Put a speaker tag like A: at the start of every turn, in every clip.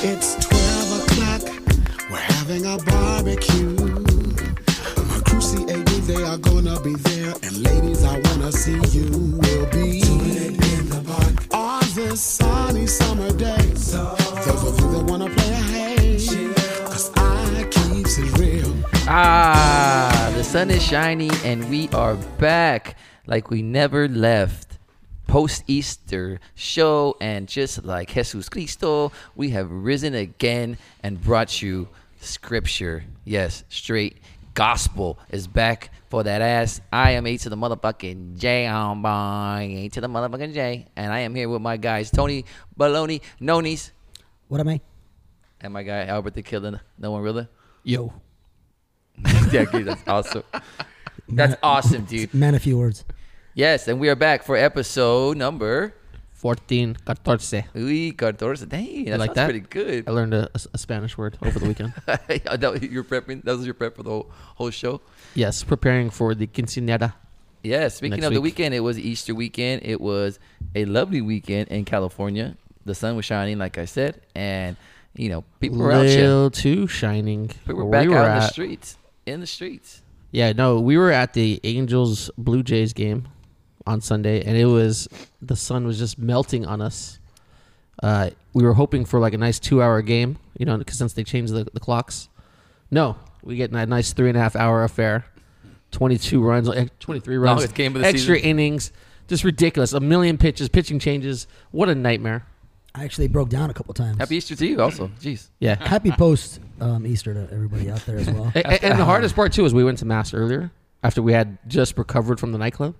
A: It's 12 o'clock. We're having a barbecue. My crew CAD, they are gonna be there. And ladies, I wanna see you. We'll be in the park on this sunny summer day. Those of you that wanna play a haze, cause I keeps it real.
B: Ah, the sun is shining and we are back like we never left. Post Easter show, and just like Jesus Cristo, we have risen again and brought you scripture. Yes, straight gospel is back for that ass. I am A to the motherfucking J. I'm buying A to the motherfucking J, and I am here with my guys Tony Baloney, Nonies,
C: What am I?
B: and my guy Albert the Killer, no one really.
D: Yo.
B: yeah, dude, that's awesome. That's awesome, dude.
C: Man of few words.
B: Yes, and we are back for episode number
D: 14, 14.
B: Uy, 14. Dang, that
D: like
B: sounds
D: that?
B: pretty good.
D: I learned a, a s- a Spanish word over the weekend.
B: that, you're prepping, that was your prep for the whole, whole show?
D: yes, preparing for the quinceanera.
B: Yeah, speaking
D: Next
B: of the
D: week.
B: weekend, it was Easter weekend. It was a lovely weekend in California. The sun was shining, like I said, and, you know, people were out here.
D: Little too shining.
B: We were
D: Where
B: back out in the
D: at-
B: streets. In the streets.
D: Yeah, no, we were at the Angels Blue Jays game on Sunday, and it was the sun was just melting on us. Uh, we were hoping for like a nice two hour game, you know, because since they changed the, the clocks. No, we get a nice three and a half hour affair. 22 runs, like, 23 runs.
B: Longest game of the
D: extra
B: season.
D: innings. Just ridiculous. A million pitches, pitching changes. What a nightmare.
C: I actually broke down a couple times.
B: Happy Easter to you, also. Jeez.
D: Yeah.
C: Happy post um, Easter to everybody out there as well.
D: A- a- and, the hardest part too is we went to mass earlier after we had just recovered from the nightclub,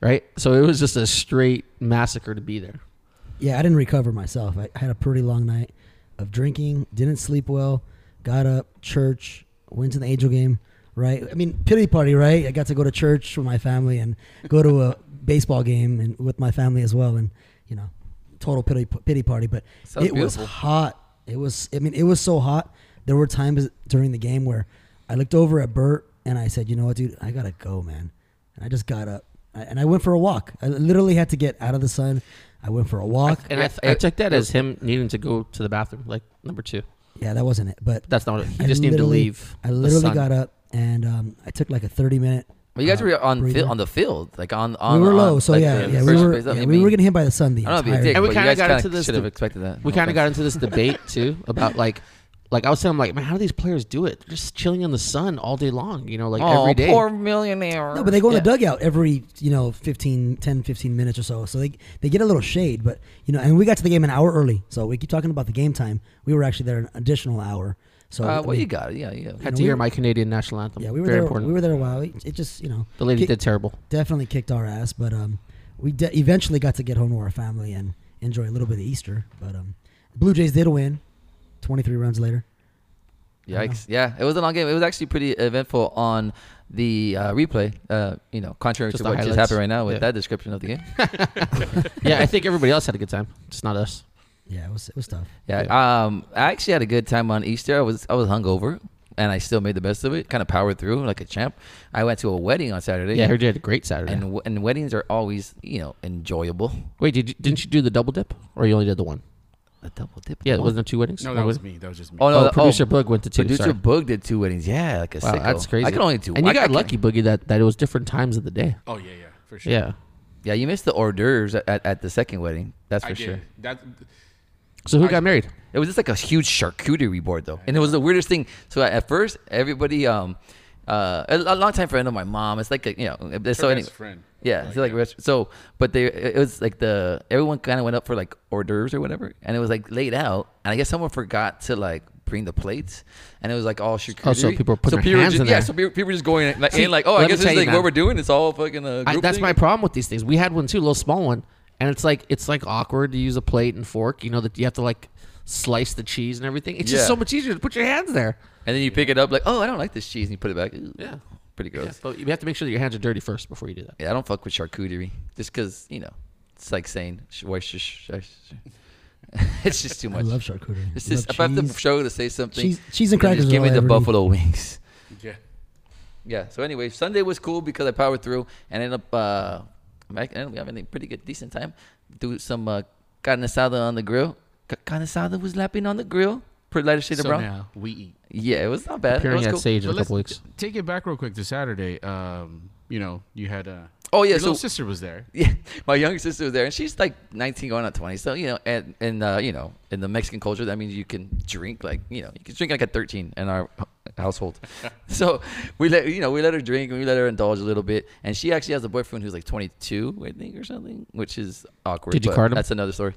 D: right? So it was just a straight massacre to be there.
C: Yeah, I didn't recover myself. I I had a pretty long night of drinking, didn't sleep well, got up, church, went to the angel game, right? I mean, pity party, right? I got to go to church with my family and go to a baseball game and with my family as well and, you know, total pity pity party, but
B: Sounds
C: it
B: beautiful.
C: was hot. It was I mean, it was so hot. There were times during the game where I looked over at Bert and I said, "You know what, dude? I got to go, man." And I just got up I- and I went for a walk. I literally had to get out of the sun. I went for a walk.
D: And I, I, took that as him needing to go to the bathroom, like number two.
C: Yeah, that wasn't it. But
D: That's not what he
C: I
D: just needed to
C: literally-
D: leave.
C: I
D: the
C: literally
D: sun.
C: got up and um, I took like a thirty minute.
B: Well, you guys
C: uh,
B: were on
C: breather.
B: fil- on the field, like on on.
C: We were
B: on,
C: low, so
B: like,
C: yeah,
B: the
C: yeah, we
B: first
C: were,
B: base. I
C: yeah,
B: mean,
C: we were getting hit by the sun the
B: I don't know, if
C: entire.
B: you did,
D: And we
B: but you
D: kinda
B: guys
D: got
B: kinda
D: into this
B: should have
D: de-
B: expected that.
D: We
B: No
D: kind of
B: offense.
D: got into this debate too about like, like I was saying, like, man, how do these players do it? They're just chilling in the sun all day long, you know, like
B: oh,
D: every day.
B: poor millionaire.
C: No, but they go in the
D: Yeah.
C: dugout every you know 15, 10, 15 minutes or so, so they they get a little shade. But you know, and we got to the game an hour early, so we keep talking about the game time. We were actually there an additional hour. So I
B: Uh, well,
C: mean,
B: you got it. Yeah, yeah.
D: Had
C: know,
D: to
C: we
D: hear
C: were-
D: my Canadian national anthem.
C: yeah, we were
D: Very
C: there.
D: important.
C: We were there a while. It, it just you know
D: the lady
C: kick-
D: did terrible.
C: definitely kicked our ass, but um, we de- eventually got to get home to our family and enjoy a little bit of Easter. But um, Blue Jays did win, twenty three runs later.
B: Yikes! Yeah, it was a long game. It was actually pretty eventful on the uh, replay. Uh, you know, contrary
D: Just
B: to
D: the
B: what just
D: highlights.
B: happened right now with
D: Yeah.
B: that description of the game.
D: yeah, I think everybody else had a good time, just not us.
C: Yeah, it was it was tough.
B: Yeah. Um, I actually had a good time on Easter. I was I was hungover, and I still made the best of it. Kind of powered through like a champ. I went to a wedding on Saturday.
D: Yeah, I heard you had a great Saturday.
B: and w- and weddings are always you know enjoyable.
D: Wait, did you, didn't you do the double dip, or you only did the one?
B: A double dip.
D: Yeah,
B: One-
D: wasn't there two weddings?
E: No, that was me. That was just me.
B: Oh no,
D: Oh,
B: the-
D: producer Boog went to two.
B: Producer
D: sorry.
B: Boog did two weddings. Yeah, like a
D: Wow,
B: sicko.
D: that's crazy.
B: I could only do.
D: And you
B: I- I
D: got
B: can-
D: lucky, Boogie, that, that it was different times of the day.
E: Oh yeah, yeah, for sure.
D: Yeah.
B: Yeah, you missed the hors d'oeuvres at, at, at the second wedding. That's for
E: I did.
B: sure.
E: That
D: So who
E: I-
D: got married?
B: It was just like a huge charcuterie board though, and it was the weirdest thing. So at- at first, everybody, um, uh, a, a long time friend of my mom. It's like a, you know, so
E: her
B: any-
E: best friend.
B: Yeah,
E: Like,
B: so like
E: yeah.
B: rest- so, but they it was like the everyone kind of went up for like hors d'oeuvres or whatever, and it was like laid out, and I guess someone forgot to like bring the plates, and it was like all charcuterie.
D: Oh, people were putting
B: so
D: their
B: people were
D: hands
B: just,
D: in
B: yeah,
D: there.
B: so people, people were just going in, like,
D: See,
B: ain't like oh,
D: let
B: I
D: me
B: guess
D: tell
B: this is
D: you,
B: like
D: man.
B: what we're doing. It's all fucking uh,
D: I,
B: group
D: that's
B: thing.
D: my problem with these things. We had one too, a little small one, and it's like it's like awkward to use a plate and fork. You know that you have to like slice the cheese and everything. It's
B: Yeah.
D: just so much easier to put your hands there.
B: And then you pick it up like oh, I don't like this cheese, and you put it back. Ooh,
D: Yeah.
B: pretty gross.
D: Yeah, but you have to make sure that your hands are dirty first before you do that.
B: Yeah, I don't fuck with charcuterie just because you know it's like saying sh- why sh- sh- sh- sh- it's just too
C: I
B: much.
C: love charcuterie.
B: It's
C: I love
B: just if I have to
C: cheese.
B: show to say something,
C: Cheese- cheese and
B: then
C: crackers
B: Just
C: are
B: give me
C: all I
B: the
C: ever need.
B: buffalo wings.
E: yeah.
B: Yeah. So anyway, Sunday was cool because I powered through and ended up uh, I ended up having a pretty good decent time. Do some uh, carne asada on the grill. C- Canesada was lapping on the grill. Pretty lighter shade of
E: so
B: brown.
E: now we eat.
B: Yeah, it was not bad. It
D: Appearing
B: was
D: at
B: cool.
D: Sage in
E: But
D: a
E: let's
D: couple weeks.
E: t- take it back real quick to Saturday. Um, you know, you had uh,
B: Oh yeah,
E: your
B: so
E: little sister was there.
B: yeah, my younger sister was there, and she's like 19, going on 20. So you know, and and uh, you know, in the Mexican culture, that means you can drink like you know, you can drink like at 13 in our h- household. so we let you know, we let her drink and we let her indulge a little bit. And she actually has a boyfriend who's like 22, I think, or something, which is awkward.
D: Did you
B: but
D: card him?
B: That's another story.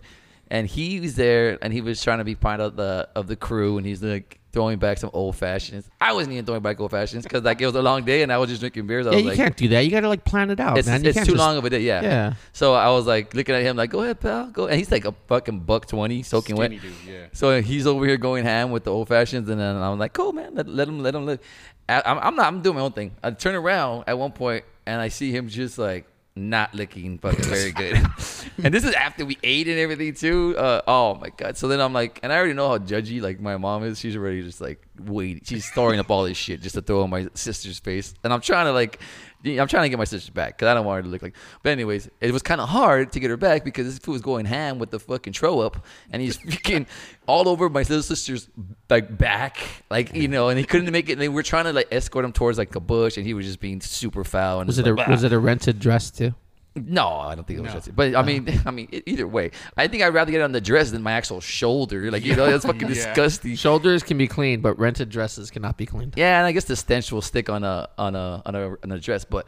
B: And he was there, and he was trying to be part of the of the crew, and he's like throwing back some old fashions. I wasn't even throwing back old fashions because like it was a long day, and I was just drinking beers. I
D: Yeah,
B: was
D: you
B: Oh, like,
D: can't do that. You got to like plan it out,
B: it's,
D: man. You
B: it's
D: can't
B: too
D: just-
B: long of a day. Yeah.
D: Yeah.
B: So I was like looking at him like, go ahead, pal, go. And he's like a fucking buck twenty, soaking
E: Skinny
B: wet.
E: dude, yeah.
B: So he's over here going ham with the old fashions, and then I'm like, cool, man, let, let him, let him live. I, I'm, I'm not, I'm doing my own thing. I turn around at one point, and I see him just like not looking fucking very good. and this is after we ate and everything too. Uh, oh my god. So then I'm like, and I already know how judgy like my mom is. She's already just like waiting. She's storing up all this shit just to throw in my sister's face, and I'm trying to like. I'm trying to get my sister back because I don't want her to look like. But anyways, it was kind of hard to get her back because this fool was going ham with the fucking throw up, and he's freaking all over my little sister's like back, like you know, and he couldn't make it. And they were trying to like escort him towards like a bush, and he was just being super foul. And
D: Was
B: just
D: it a
B: like,
D: was it a rented dress too?
B: no, I don't think it was just. But I mean, I mean, e- either way, I think I'd rather get it on the dress than my actual shoulder. Like you know, that's fucking
E: Yeah.
B: disgusting.
D: Shoulders can be clean, but rented dresses cannot be cleaned.
B: Yeah, and I guess the stench will stick on a on a on a, on a dress, but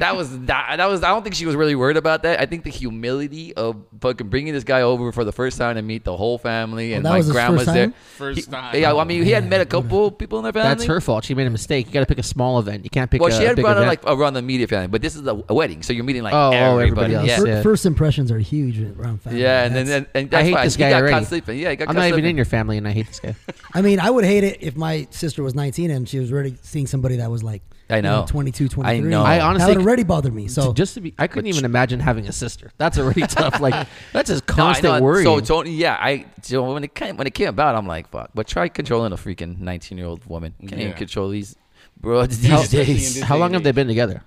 B: that was that, that was I don't think she was really worried about that. I think the humility of fucking bringing this guy over for the first time to meet the whole
D: Oh,
B: family and
C: that
B: my
C: was his
B: grandma's
C: first
B: there.
C: time?
E: First
B: He-
E: time.
B: Yeah, well, I mean, he had met a couple people in their family.
D: That's her fault. She made a mistake. You got to pick a small event. You can't pick.
B: Well,
D: a
B: she had
D: big
B: brought her
D: event.
B: like around the media family, but this is a, a wedding, so you're meeting like
D: Oh, oh,
B: everybody.
D: everybody else.
B: Yeah.
C: Fir-
D: yeah.
C: First impressions are huge around family.
B: Yeah, and then
C: That's-
B: and, and that's
D: I hate
B: why
D: this
B: he
D: guy
B: got
D: already.
B: caught sleeping. Yeah, he got
D: I'm
B: caught
D: not even
B: sleeping.
D: in your family, and I hate this guy.
C: I mean, I would hate it if my sister was 19 and she was already seeing somebody that was like
B: I
C: you
B: know.
C: 22, 23.
B: I know.
D: I honestly-
C: that would already bother me.
D: So
B: Oh.
C: So
D: just to be, I couldn't even imagine having a sister. That's already tough. Like that's just
B: No, I
D: constant
B: know.
D: worry.
B: So Tony, yeah, I so when it came when it came about, I'm like, fuck. But try controlling a freaking 19 year old woman. Can't even
E: Yeah.
B: control these bro these
D: how,
E: Especially in
B: days.
E: this day
D: how long
E: and
D: have they
E: age.
D: been together?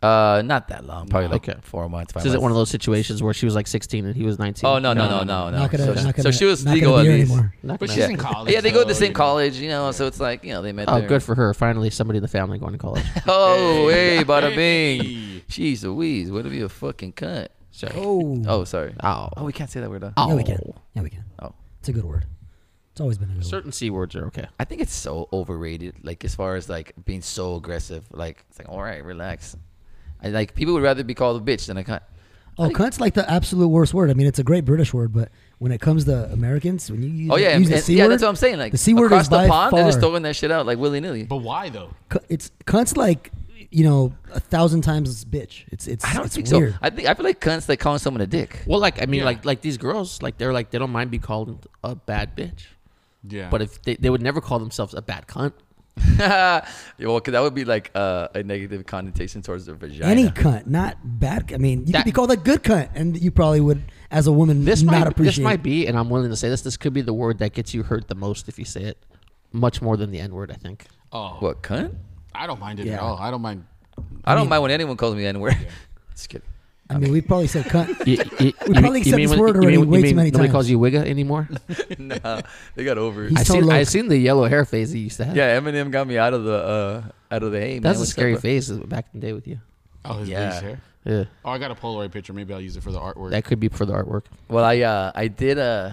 B: Uh, not that long. Probably like
D: Okay.
B: four months. Five
D: This is it
B: months.
D: one of those situations where she was like 16 and he was 19?
B: Oh no no no no no.
C: not gonna,
B: so,
C: not gonna,
B: so she was
C: not
B: legal at
C: gonna be here
B: least.
C: anymore.
D: Not
E: But
D: gonna-
E: she's in college.
B: Yeah, they go to the
E: so,
B: same
E: you know.
B: college, you know. So it's like you know they met.
D: Oh,
B: there.
D: good for her. Finally, somebody in the family going to college.
B: Oh hey, bada bing.
E: Hey.
B: Jeez Louise, what if you a fucking cunt?
D: Sorry.
C: Oh,
B: Oh sorry.
D: Ow.
B: Oh, we can't say that word. Huh?
D: Ow.
C: yeah, we can. Yeah, we can.
B: Oh.
C: It's a good word. It's always been a good word.
D: Certain c words are okay.
B: I think it's so overrated. Like as far as like being so aggressive. Like it's like all right, relax. I like people would rather be called a bitch than a cunt. I
C: Oh,
B: think-
C: cunt's like the absolute worst word. I mean, it's a great British word, but when it comes to Americans, when you use,
B: Oh yeah,
C: use
B: and-
C: the
B: and-
C: C
B: yeah.
C: word,
B: That's what I'm saying. Like
C: the C word
B: across
C: is
B: the
C: by
B: pond, they're just
C: far-
B: throwing that shit out like willy nilly.
E: But why though?
C: cu- it's cunt's like you know a thousand times this bitch. It's it's
B: I don't
C: it's
B: think
C: weird.
B: so. I think I feel like cunts like calling someone a dick.
D: Well, like I mean,
E: Yeah.
D: like like these girls, like they're like they don't mind being called a bad bitch,
E: Yeah.
D: but if they, they would never call themselves a bad cunt.
B: Yeah, well, 'cause that would be like uh, a negative connotation towards their vagina.
C: Any cunt, not bad. I mean, you
D: That-
C: could be called a good cunt, and you probably would, as a woman,
D: This
C: not
D: might
C: appreciate.
D: this might be, and I'm willing to say this. This could be the word that gets you hurt the most if you say it, much more than the n word. I think.
E: oh,
B: what cunt?
E: I don't mind it
C: Yeah.
E: at all. I don't mind.
B: I don't mind when anyone calls me the N word. Just kidding.
C: I mean, we probably said cunt.
D: You, you,
C: We
D: you
C: probably
D: mean-
C: accept
D: mean
C: this
D: when-
C: word already
D: mean-
C: way too
D: mean
C: many
D: Nobody
C: times.
D: calls you Wigga anymore.
B: nah, they got over it.
C: He's
D: I
C: so
D: seen
C: low.
D: I seen the yellow hair phase he used to have.
B: yeah, Eminem got me out of the uh, out of the hey.
D: that's
B: man,
D: a
B: what's
D: scary
B: up, bro?
D: phase back in the day with you.
E: Oh, his
B: Yeah.
E: yeah. hair.
D: Yeah,
E: Oh, I got a Polaroid picture. Maybe I'll use it for the artwork.
D: that could be for the artwork.
B: Well, I uh, I did uh,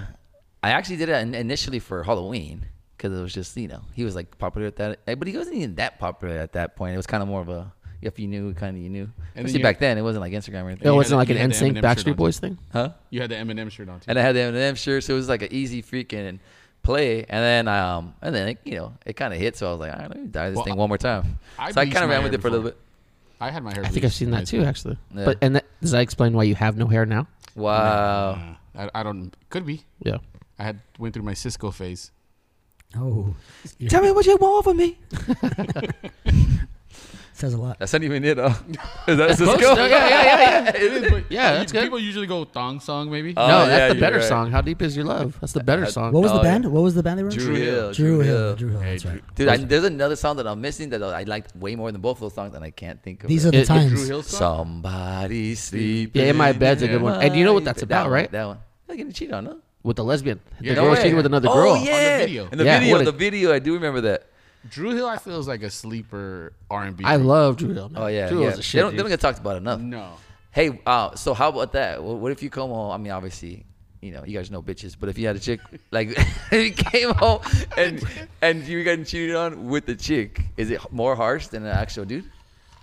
B: I actually did it in- initially for Halloween because it was just you know he was like popular at that, eh, but he wasn't even that popular at that point. It was kind of more of a if you knew, kind of you knew.
E: then
B: Especially
E: you-
B: back then, it wasn't like Instagram or anything.
D: It
E: you
D: Oh, wasn't
E: had-
D: like
E: you
D: an
E: had the
D: NSYNC
E: Eminem shirt
D: Backstreet
E: on.
D: Boys thing.
B: Huh?
E: you had the Eminem shirt on too.
B: and I had the Eminem shirt, so it was like an easy freaking play. And then um, and then it, you know it kind of hit, so I was like, all right, let me dye this
E: Well,
B: thing one more time.
E: I
B: so I
E: bleached
B: kind of
E: my
B: ran with
E: hair
B: it for a little bit.
E: before. I had my hair.
D: I think I've
E: bleached
D: seen
E: in high
D: that too,
E: school.
D: actually.
B: Yeah.
D: But and that, does that explain why you have no hair now?
B: Wow.
E: Uh, I, I don't. Could be.
D: Yeah.
E: I had went through my Cisco phase.
C: Oh,
B: Tell me what you want from me.
C: says a lot.
B: That's not even it. Uh, is that Cisco?
D: yeah, yeah, yeah,
E: It is, but
D: Yeah,
E: you-
D: that's good.
E: People usually go thong song maybe.
B: Oh,
D: no,
B: yeah,
D: that's
B: you're
D: the better
B: right.
D: song. How deep is your love? That's the better song.
C: What was
B: Oh,
C: the band?
B: yeah.
C: What was the band they were? in?
B: Drew Hill.
C: Drew Hill. Drew Hill. That's
E: Hey,
C: right.
B: Dude, I, there's another song that I'm missing that I liked way more than both of those songs, and I can't think of.
C: These
B: it.
C: are the
D: It- it-
C: times.
E: Drew Hill song.
B: Somebody sleep.
D: Yeah, In My Bed's a good one. And you know what that's about, right?
B: That one. They're getting cheated on, huh?
D: with the lesbian. The
E: Yeah. No
D: girl
E: way.
D: cheating with another
B: oh,
D: girl.
B: yeah.
E: video.
B: In the
D: Yeah.
B: video,
D: What a-
B: the video. I do remember that.
E: Drew Hill, I feel is like a sleeper R and B.
D: I love Drew Hill. man.
B: Oh yeah,
D: Drew
B: yeah.
D: Hill's a
B: they
D: shit.
B: don't. They don't get
D: dude.
B: talked about enough.
E: no.
B: Hey, uh, so how about that? What, what if you come home? I mean, obviously, you know, you guys know bitches, but if you had a chick, like, you came home and and you were getting cheated on with the chick, is it more harsh than an actual dude?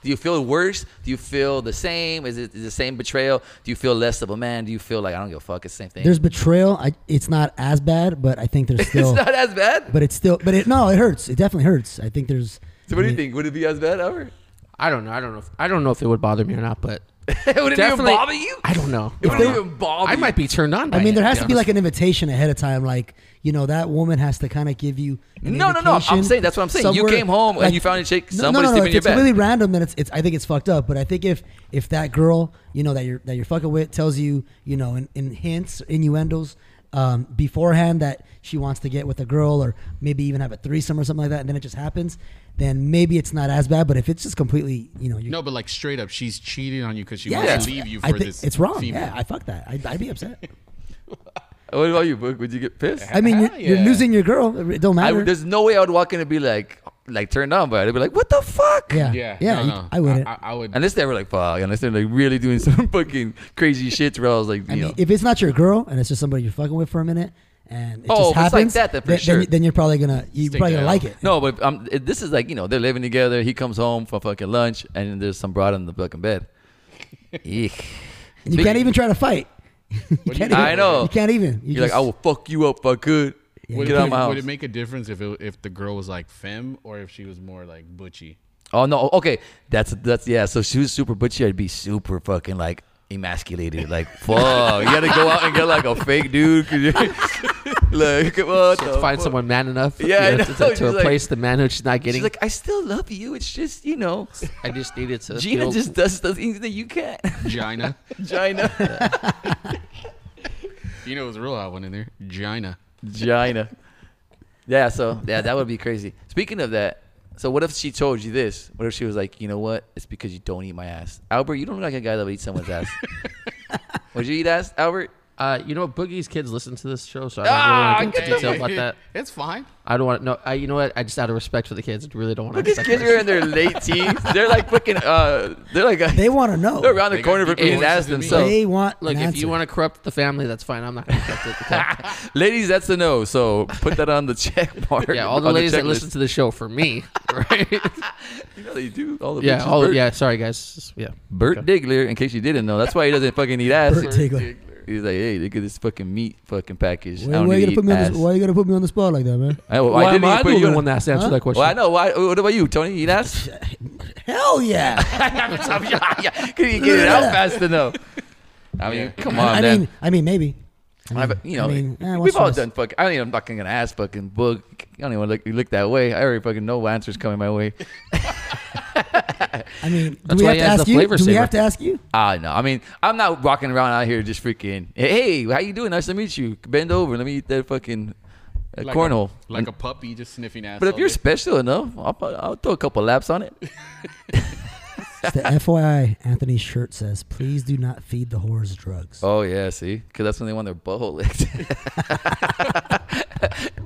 B: Do you feel worse? Do you feel the same? Is it is it the same betrayal? Do you feel less of a man? Do you feel like I don't give a fuck? It's the same thing.
C: There's betrayal. I, it's not as bad, but I think there's
B: it's
C: still.
B: not as bad.
C: but it's still. But it no, it hurts. It definitely hurts. I think there's.
B: So what do
C: I
B: you
C: mean,
B: think? Would it be as bad, Albert?
D: I don't know. I don't know. If, I don't know if it would bother me or not, but
B: Would it even
D: Definitely-
B: bother you?
D: I don't know.
B: It wouldn't even bother.
D: I
B: you.
D: might be turned on. By
C: I mean,
D: it,
C: there has to be
D: honest.
C: like an invitation ahead of time. Like you know, that woman has to kind of give you. an
B: No, no, no, I'm
C: indication
B: saying that's what I'm saying. You
C: somewhere,
B: came home and you found a chick-
C: No,
B: somebody
C: no, no,
B: sleeping
C: if
B: in your
C: it's
B: bed.
C: really random, then it's, it's. I think it's fucked up. But I think if if that girl, you know, that you're that you're fucking with, tells you, you know, in, in hints, innuendos. Um, beforehand that she wants to get with a girl or maybe even have a threesome or something like that and then it just happens then maybe it's not as bad but if it's just completely you know you
E: No, but like straight up, she's cheating on you because she
C: yeah,
E: wants
C: it's-
E: to leave you for
C: I thi-
E: this.
C: it's wrong
E: female.
C: yeah I fuck that I'd, I'd be upset
B: What about you, Book? Would you get pissed?
C: I mean, you're,
E: Hell
C: you're
E: yeah.
C: losing your girl. It don't
B: I
C: matter.
B: would- there's no way I would walk in and be like, like turned on by it. I'd be like, what the fuck?
C: yeah,
E: yeah,
C: yeah,
E: no,
C: you-
E: no.
C: I wouldn't.
E: I,
C: I,
E: I, I would.
B: Unless they were like, fuck. Unless they're like really doing some fucking crazy shit where I was like, you
C: mean,
B: know.
C: if it's not your girl and it's just somebody you're fucking with for a minute, and it
B: Oh,
C: just
B: if it's like
C: happens,
B: that, then for sure.
C: then, you're probably gonna you're
E: Stick
C: probably
E: that
C: gonna
E: out.
C: like it.
B: no, but um, it, this is like, you know, they're living together. He comes home for fucking lunch and there's some broad in the fucking bed. Eek.
C: and you can't even try to fight. you
E: What do
C: can't
E: you-
C: even,
B: I know.
C: You can't even. You
B: You're like, "Oh,
C: just-
B: I will fuck you up if I could.
E: Would,
B: Get
E: it
B: out of
E: make,
B: my
E: would
B: house.
E: it make a difference if it, if the girl was like femme or if she was more like butchy?
B: Oh no, okay, that's that's yeah. So she was super butchy. I'd be super fucking like emasculated. Like fuck, you gotta go out and get like a fake dude. 'cause you're- like what? the
D: find
B: fuck?
D: someone man enough.
B: Yeah, I
D: you know,
B: know.
D: to,
B: She's
D: to
B: like-
D: replace the man who she's not
B: She's
D: getting.
B: like, I still love you. It's just you know,
D: I just needed to.
B: Gina
D: feel-
B: just does the things that you can't.
E: Gina.
B: Gina,
E: you know, it was a real hot one in there. Gina.
B: Gina. Yeah. So yeah, that would be crazy. Speaking of that. So what if she told you this? What if she was like, you know what? It's because you don't eat my ass, Albert. You don't look like a guy that would eat someone's ass. would you eat ass, Albert?
D: Uh, you know, what? Boogie's kids listen to this show, so I don't
B: Ah,
D: really want to
B: get
D: go into detail about that.
E: It's fine.
D: I don't want to. No, I, you know what? I just out of respect for the kids, I really don't want to.
B: But these
D: Respect
B: kids are in their late teens. They're like fucking. Uh, they're like.
C: They want to know.
B: they're around the
E: They got
B: corner from
E: big
B: being
E: voices
B: asked
E: to me.
B: themselves.
C: they want.
D: Look,
C: an
D: if
C: answer.
D: you want to corrupt the family, that's fine. I'm not going to corrupt it. Okay?
B: ladies, that's a no. So put that on the check mark.
D: yeah, all the
B: on
D: ladies that
B: checklist.
D: listen to the show for me, right?
B: You know they do. All the
D: yeah,
B: bitches.
D: all
B: Bert,
D: yeah. Sorry, guys. Just- Yeah,
B: Bert Diggler, in case you didn't know, that's why he doesn't fucking eat ass.
C: Bert Tigler.
B: He's like, hey, look at this fucking meat fucking package. I
C: Why,
B: don't
C: why you
B: need to
C: gonna put
B: eat
C: me on
B: ass.
C: the, why you gonna put me on the spot like that, man?
B: I, well,
D: Why
B: I didn't
D: am
B: even
D: I
B: put
D: the
B: you
D: only
B: on-
D: one that has to answer
C: Huh?
D: that question?
B: Well, I know. Why, what about you, Tony? Eat ass?
C: Hell yeah!
B: yeah, can you get it out fast enough? I mean, come on,
C: I
B: Oh, man.
C: mean, I mean, maybe.
D: Mm.
B: I but, you know,
C: I mean, eh,
B: we've
C: what's
B: all
C: worse?
B: done fucking. I mean, I'm not gonna ask fucking book. I don't even look, look that way. I already fucking know what answer's coming my way.
C: I mean, do
D: That's
C: we have
D: why he
C: to
D: has
C: ask
D: the
C: you?
D: flavor
C: Do we
D: saver.
C: have to ask you?
B: Ah, no. I mean, I'm not walking around out here just freaking. Hey, how you doing? Nice to meet you. Bend over. Let me eat that fucking uh,
E: Like
B: cornhole.
E: A, like a puppy just sniffing ass.
B: but if
E: all
B: you're
E: day.
B: special enough, I'll, pu- I'll throw a couple laps on it.
C: Just the FYI, Anthony's shirt says, "Please do not feed the whores drugs."
B: Oh yeah, see, because that's when they want their butthole licked.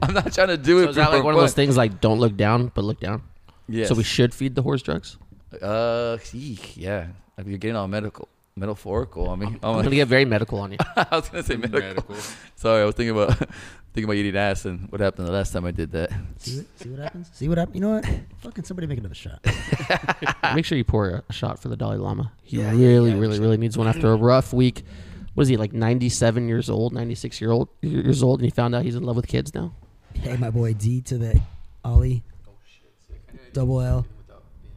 B: I'm not trying to do
D: So
B: it
D: is
B: for
D: that like
B: for
D: one of those
B: fun.
D: things like don't look down, but look down?
B: Yes.
D: So we should feed the horse drugs.
B: uh, eek, yeah. If you're getting all medical, metaphorical. I mean,
D: I'm
B: I'm
D: gonna
B: like-
D: get very medical on you.
B: I was gonna say medical.
E: Medical.
B: Sorry, I was thinking about thinking about eating ass and what happened the last time I did that.
C: See, what- see what happens? See what happens? You know what? Fucking somebody make another shot.
D: Make sure you pour a- a shot for the Dalai Lama. He really, really, really needs one after a rough week. What is he like? Ninety-seven years old, ninety-six year old years old, and he found out he's in love with kids now.
C: Hey, my boy D to the Ollie. Double L.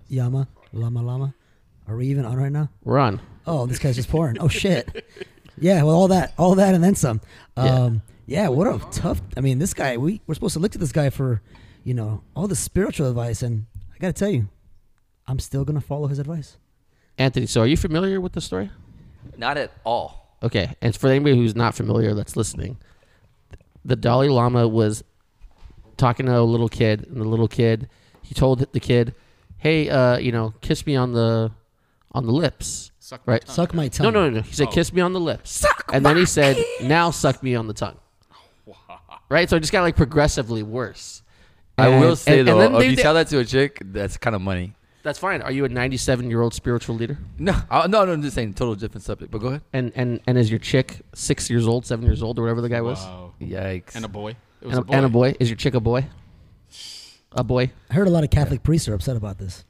C: Yama. Lama Lama. Are we even on right now?
D: We're on.
C: Oh, this guy's just pouring. Oh, shit. Yeah, well, all that, all that, and then some. Um, yeah. what a tough. I mean, this guy, we, we're supposed to look to this guy for, you know, all the spiritual advice. And I got to tell you, I'm still going to follow his advice.
D: Anthony, so are you familiar with the story?
B: Not at all.
D: Okay, and for anybody who's not familiar that's listening, the Dalai Lama was talking to a little kid, and the little kid, he told the kid, "Hey, uh, you know, kiss me on the on the lips."
E: Suck my
D: right?
E: tongue. Oh.
C: Suck my
D: No,
C: tongue.
D: no, no. He said, "Kiss me on the lips." Suck and then he said, "Now suck me on the tongue." right? So it just got like progressively worse.
B: I
D: And-
B: will say
D: and- and
B: though,
D: then
B: if
D: they-
B: you
D: they-
B: tell that to a chick, that's kind of money.
D: that's fine. Are you a 97 year old spiritual leader?
B: No, I, no, no. I'm just saying, total different subject. But go ahead.
D: And and and is your chick six years old, seven years old, or whatever the guy was?
E: Wow.
B: Yikes.
E: And a boy. It was
D: And a, and a boy. Is your chick a boy? A boy.
C: I heard a lot of Catholic priests are upset about this.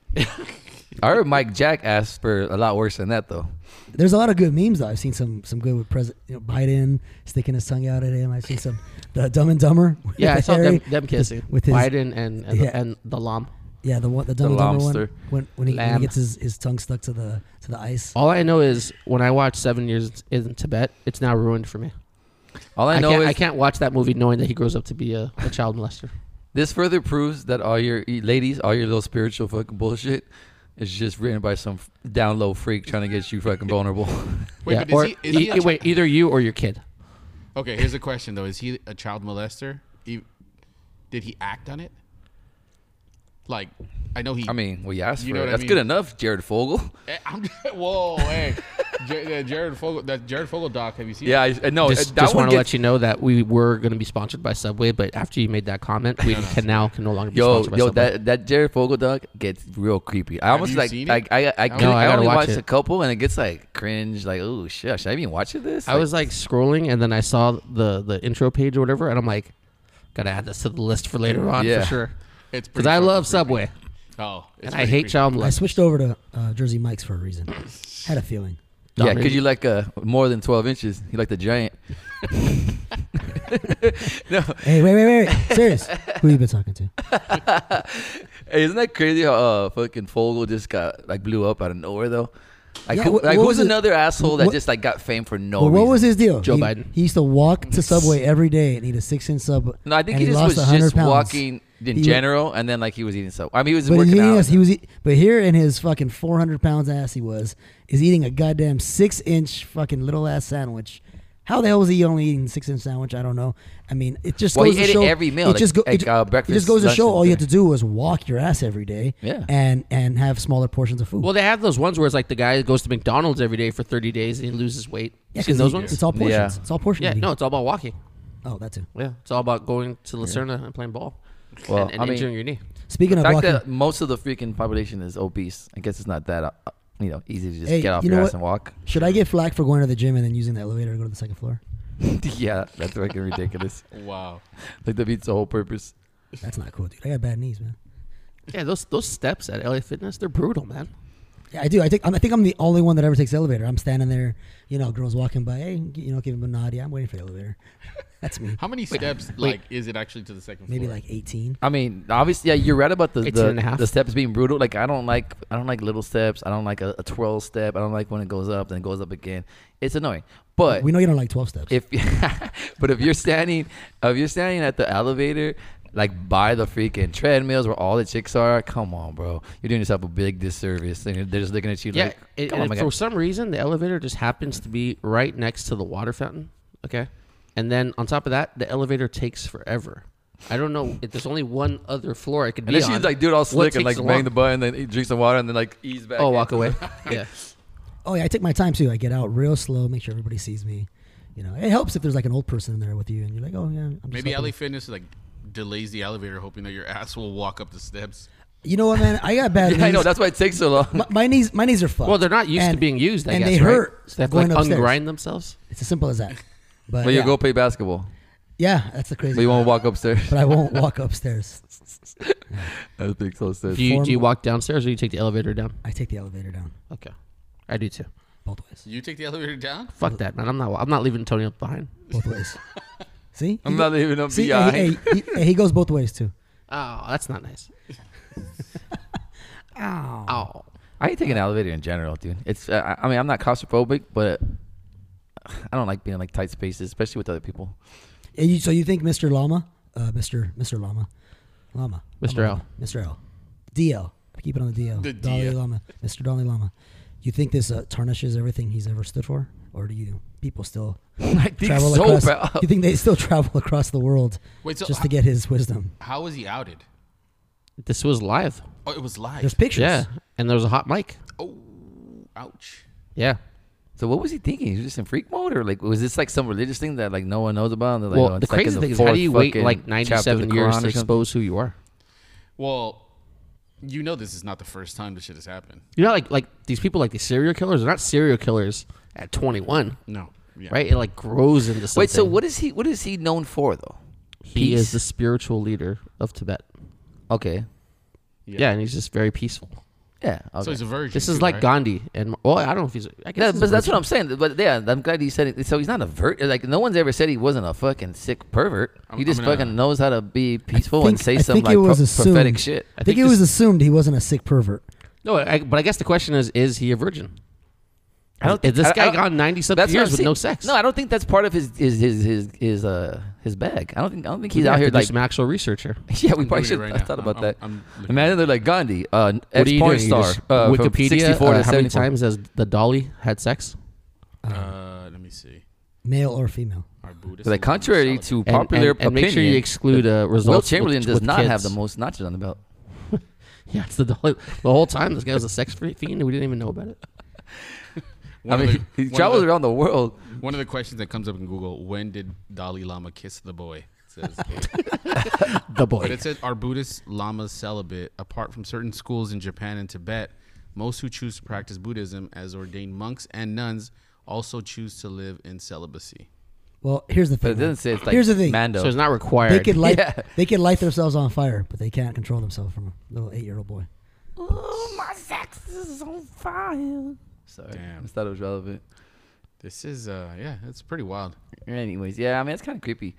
B: I heard Mike Jack asked for a lot worse than that though.
C: There's a lot of good memes though. I've seen some some good with President you know, Biden sticking his tongue out at him. I've seen some the Dumb and Dumber. with
D: Yeah, I saw
C: Harry
D: them, them kissing.
C: with his
D: Biden and and,
C: Yeah.
D: the, and the llama.
C: yeah the one the Dumb and Dumber one
B: lobster.
C: when when he, when he
D: Lamb.
C: gets his, his tongue stuck to the to the ice.
D: All I know is when I watched Seven Years in Tibet, it's now ruined for me.
B: All I,
D: I,
B: know
D: can't,
B: is
D: I can't watch that movie knowing that he grows up to be a, a child molester.
B: this further proves that all your ladies, all your little spiritual fucking bullshit, is just written by some f- down low freak trying to get you fucking vulnerable.
E: Wait,
D: yeah.
E: but
D: or
E: is he, is he
D: e-
E: a
D: e-
E: chi-
D: wait, either you or your kid.
E: Okay, here's a question though: Is he a child molester? He, did he act on it? Like, I know he.
B: I mean, well, you asked
E: You
B: for
E: know
B: it.
E: what I
B: That's
E: mean.
B: good enough, Jared Fogle.
E: Eh, I'm, whoa, hey, J- uh, Jared Fogle, that Jared Fogle doc. Have you seen?
B: Yeah, I, uh, no,
D: Just,
B: uh, that
D: just
B: one
D: want to
B: gets,
D: let you know that we were going to be sponsored by Subway, but after you made that comment, we can now can no longer be
B: Yo,
D: sponsored by
B: yo,
D: Subway.
B: that that Jared Fogle dog gets real creepy. I almost
E: you
B: like,
E: seen it?
B: like I I I,
E: No,
B: couldn't-
D: I
B: I
D: gotta
B: only
D: watch
B: watched
D: it.
B: a couple and it gets like cringe, like oh shit, should I even watch this?
D: I was like scrolling, and then I saw the the intro page or whatever, and I'm like, gotta add this to the list for later on
B: Yeah.
D: for sure.
E: it's
D: Because
E: pretty
D: I
E: fucking
D: love
E: creepy.
D: Subway,
E: Oh, it's
D: and I
E: pretty
D: hate
E: creepy.
D: child
C: I
D: molesters.
C: switched over to uh, Jersey Mike's for a reason. Had a feeling.
B: yeah,
D: Dominic.
B: because you like uh more than twelve inches. You like the giant. no,
C: Hey, wait, wait, wait, wait. serious. Who you been talking to?
B: Hey, isn't that crazy how uh, fucking Fogel just got like blew up out of nowhere though? Like,
C: Yeah,
B: who,
C: wh-
B: like
C: what
B: who's
C: was it-
B: another asshole that
C: what-
B: just like got fame for no
C: well,
B: reason?
C: what was his deal?
D: Joe
C: he,
D: Biden.
C: He used to walk to Subway every day and eat a six-inch sub.
B: No, I think
C: and
B: he, just
C: lost
B: was
C: 100
B: just
C: pounds.
B: walking in
C: He-
B: general, and then like he was eating so. I mean, he was
C: But
B: working
C: he's eating
B: out.
C: us. He was, eat- but here in his fucking 400 pounds ass, he was is eating a goddamn six-inch fucking little ass sandwich. How the hell was he only eating six-inch sandwich? I don't know. I mean, it just
B: Well, he
C: goes to
B: ate it
C: show
B: every meal,
C: It
B: like-
C: just, go, it,
B: like,
C: ju-
B: uh,
C: it just
B: breakfast,
C: goes to
B: lunch,
C: show
B: and
C: all you have
B: dinner.
C: to do is walk your ass every day,
B: Yeah.
C: and and have smaller portions of food.
D: Well, they have those ones where it's like the guy goes to McDonald's every day for 30 days and he loses weight.
C: yeah,
D: you seen
C: 'cause
D: those
C: he-
D: ones?
C: It's all portions.
B: Yeah.
C: It's all portion.
D: yeah,
C: eating.
D: no, it's all about walking.
C: Oh, that too.
D: Yeah, it's all about going to Lucerna and playing ball.
B: Well,
D: and, and
B: I mean-
D: injuring your knee.
C: Speaking
B: The
C: of
B: fact
C: walking,
B: that most of the freaking population is obese, I guess it's not that uh, uh, you know easy to just
C: Hey,
B: get off
C: you
B: your
C: know
B: ass
C: what?
B: and walk.
C: Should I get flack for going to the gym and then using the elevator to go to the second floor?
B: yeah, that's fucking ridiculous.
E: Wow.
B: Like that beats the whole purpose.
C: That's not cool, dude. I got bad knees, man.
D: Yeah, those those steps at LA Fitness, they're brutal, man.
C: Yeah, I do. I think I'm, I think I'm the only one that ever takes the elevator. I'm standing there, you know, girls walking by, hey, you know, giving them a nod. Yeah, I'm waiting for the elevator. That's me.
E: How many steps like is it actually to the second
C: Maybe
E: floor?
C: like 18.
B: I mean, obviously, yeah, you're right about the
D: 18
B: the,
D: and a half.
B: the steps being brutal. Like, I don't like I don't like little steps. I don't like a, a twirl step. I don't like when it goes up and it goes up again. It's annoying. But
C: We know you don't like 12 steps.
B: if but if you're standing if you're standing at the elevator like by the freaking treadmills where all the chicks are come on bro you're doing yourself a big disservice and they're just looking at you
D: Yeah,
B: like
D: it,
B: come on,
D: and
B: my
D: for
B: guy.
D: some reason, the elevator just happens to be right next to the water fountain. Okay, and then on top of that, the elevator takes forever. I don't know. If there's only one other floor I could be
B: unless you
D: on.
B: like do it all
D: What
B: slick and
D: takes
B: like
D: so
B: bang
D: long?
B: the button then drink some water and then like ease back
D: Oh,
B: in.
D: walk away. yeah,
C: oh, yeah, I take my time too. I get out real slow, make sure everybody sees me. You know, it helps if there's like an old person in there with you and you're like, oh, yeah. I'm just
E: Maybe
C: helping.
E: LA Fitness like delays the elevator, hoping that your ass will walk up the steps.
C: You know what, man? I got bad knees.
B: yeah, I know that's why it takes so long
C: my, my knees, my knees are fucked.
D: Well, they're not used to
C: And-
D: being used. I
C: and
D: guess,
C: they
D: right?
C: hurt.
D: So they have to like
C: going upstairs.
D: ungrind themselves.
C: It's as simple as that. But,
B: but
C: yeah.
B: you go play basketball
C: Yeah, that's the crazy.
B: but you won't walk upstairs
C: but I won't walk upstairs.
B: I think so sis.
D: Do you, do you
C: Form-
D: walk downstairs or you take the elevator down?
C: I take the elevator down
D: Okay, I do too.
C: both ways.
E: You take the elevator down?
D: Fuck that, man. I'm not. I'm not leaving Antonio behind.
C: Both ways. See?
B: I'm
C: He
B: not
C: go-
B: leaving him
C: See,
B: behind.
C: hey, hey, he, hey, he goes both ways too.
D: Oh, that's not nice.
C: Ow.
D: Oh,
B: I ain't taking an elevator in general, dude. It's uh, I I mean I'm not claustrophobic, but I don't like being in like tight spaces, especially with other people.
C: Yeah, you, so you think Mr. Llama, uh, Mr. Mr. Llama, Llama,
D: Mr.
C: Llama, Mr. L, DL, keep it on the DL,
E: The
C: Dalai
E: DL.
C: Lama, Mr. Dalai Lama. You think this uh, tarnishes everything he's ever stood for, or do you people still
B: I think
C: travel
B: so,
C: across?
B: bro.
C: You think they still travel across the world
E: Wait, so
C: just
E: ho-
C: to get his wisdom?
E: How was he outed?
D: this was live.
E: Oh, it was live.
C: There's pictures.
D: Yeah, and there was a hot mic.
E: oh, ouch.
D: Yeah.
B: So what was he thinking? He was just in freak mode, or like was this like some religious thing that like no one knows about? And they're like,
D: well,
B: oh,
D: the
B: it's like in
D: crazy thing is, how
B: fourth
D: do you wait
B: fucking
D: like
B: chapter of the
D: 97
B: Quran
D: years to
B: or something?
D: expose who you are?
E: Well, you know this is not the first time this shit has happened.
D: You know, like like these people, like these serial killers, they're not serial killers at 21,
E: No. Yeah.
D: right? It like grows into something.
B: Wait, so what is he? What is he known for though?
D: He is
B: Peace?
D: the spiritual leader of Tibet.
B: Okay,
E: Yeah.
D: Yeah, and he's just very peaceful.
B: yeah. Okay.
E: So he's a virgin.
D: This is
E: too,
D: like
E: right?
D: Gandhi, and well, I don't know if he's. I guess
B: Yeah,
D: he's
B: but
D: a
B: that's what
D: virgin.
B: I'm saying. But yeah, I'm glad he said it. So he's not a vert. Like no one's ever said he wasn't a fucking sick pervert.
E: I'm-
B: he just
E: I'm gonna-
B: fucking knows how to be peaceful and
C: think-
B: say
C: I
B: some
C: think
B: like
C: it was
B: pro-
C: assumed-
B: prophetic shit.
C: I think,
D: think
C: it
D: this-
C: was assumed he wasn't a sick pervert.
D: No, I, but I guess the question is: Is he a virgin?
B: I don't
D: Is
B: think-
D: this
B: I- I
D: guy
B: don't-
D: gone 90
B: That's
D: something
B: what
D: years
B: I'm
D: with
B: saying.
D: no sex?
B: No, I don't think that's part of his his his his his uh his bag. I don't think I don't think he's
D: We have
B: out
D: to
B: here
D: do
B: like
D: some actual research here.
B: yeah. We probably
E: I'm doing it
B: should.
E: right
B: I
E: now.
B: thought
E: I'm-
B: about
E: I'm-
B: that.
E: I'm looking
B: Imagine they're like Gandhi, uh,
D: What
B: ex
D: do you
B: porn
D: do?
B: star,
D: You just
B: uh, from
D: Wikipedia.
B: 64
D: uh,
B: to
D: how many
B: 74.
D: times has the dolly had sex?
E: Uh, let me see.
C: Male or female?
E: Our Buddhist.
B: Like contrary to
D: And-
B: popular
D: and, and
B: opinion,
D: make sure you exclude uh, results.
B: Will
D: with-
B: Chamberlain does
D: with
B: not have
D: kids.
B: the most notches on the belt.
D: Yeah, it's the dolly. The whole time this guy was a sex free fiend, and we didn't even know about it.
B: I
E: One of
B: mean, he
E: the- one of
B: travels
E: the-
B: around the world.
E: One of the questions that comes up in Google: When did Dalai Lama kiss the boy? It says,
D: The
E: but
D: boy.
E: it says are Buddhist lamas celibate? Apart from certain schools in Japan and Tibet, most who choose to practice Buddhism as ordained monks and nuns also choose to live in celibacy.
C: Well, here's the
B: But
C: thing.
B: it
C: though.
B: doesn't say it's like
C: here's the thing.
B: Mando.
D: So it's not required.
C: They could light.
B: Yeah.
C: They could light themselves on fire, but they can't control themselves from a little eight-year-old boy.
B: oh, my sex is on fire. Sorry,
E: Damn.
B: I just thought it was relevant.
E: This is uh yeah, it's pretty wild.
B: Anyways, yeah, I mean it's kind of creepy,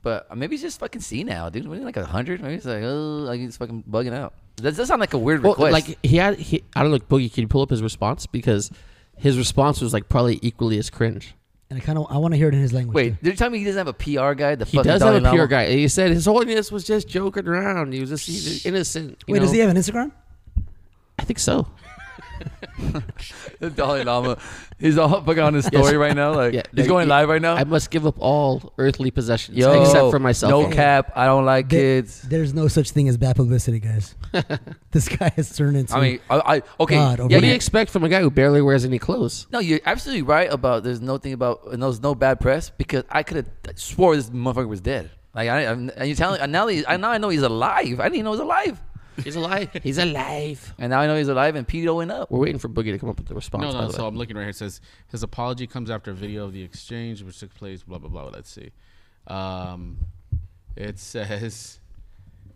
B: but uh, maybe he's just fucking senile, dude. Maybe like a hundred. Maybe it's like oh, like he's fucking bugging out. That does sound like a weird
D: Well,
B: request.
D: like he had. He, I don't know, Boogie. Can you pull up his response? Because his response was like probably equally as cringe.
C: And I kind of I want to hear it in his language.
B: wait,
C: too.
B: did you tell me he doesn't have a PR guy? The
D: He
B: fucking
D: does
B: Dalai
D: have a pure
B: Lama?
D: guy. He said his holiness was just joking around. He was just he's innocent. you
C: wait, does
D: know?
C: he have an Instagram?
D: I think so.
B: The Dalai Lama. He's all fucking on his story right now. Like
D: Yeah,
B: he's
D: like,
B: going
D: yeah,
B: live right now.
D: I must give up all earthly possessions
B: Yo,
D: except for myself.
B: No cap. I don't like
C: There-
B: kids.
C: There's no such thing as bad publicity, guys. this guy has turned into.
B: I mean, I, I okay.
C: God, over
B: yeah,
D: What do you
B: you,
D: expect from a guy who barely wears any clothes?
B: no, you're absolutely right about there's no thing about and there's no bad press because I could have swore this motherfucker was dead. Like I, I'm, and you telling and now he, I now I know he's alive. I didn't even know he was alive,
D: He's alive. He's alive.
B: and now I know he's alive. And Pete went up.
D: We're waiting for Boogie to come up with the response.
E: No,
D: by
E: no.
D: the
E: So
D: way.
E: I'm looking right here. It says his apology comes after a video of the exchange which took place. Blah blah blah. Let's see. Um, it says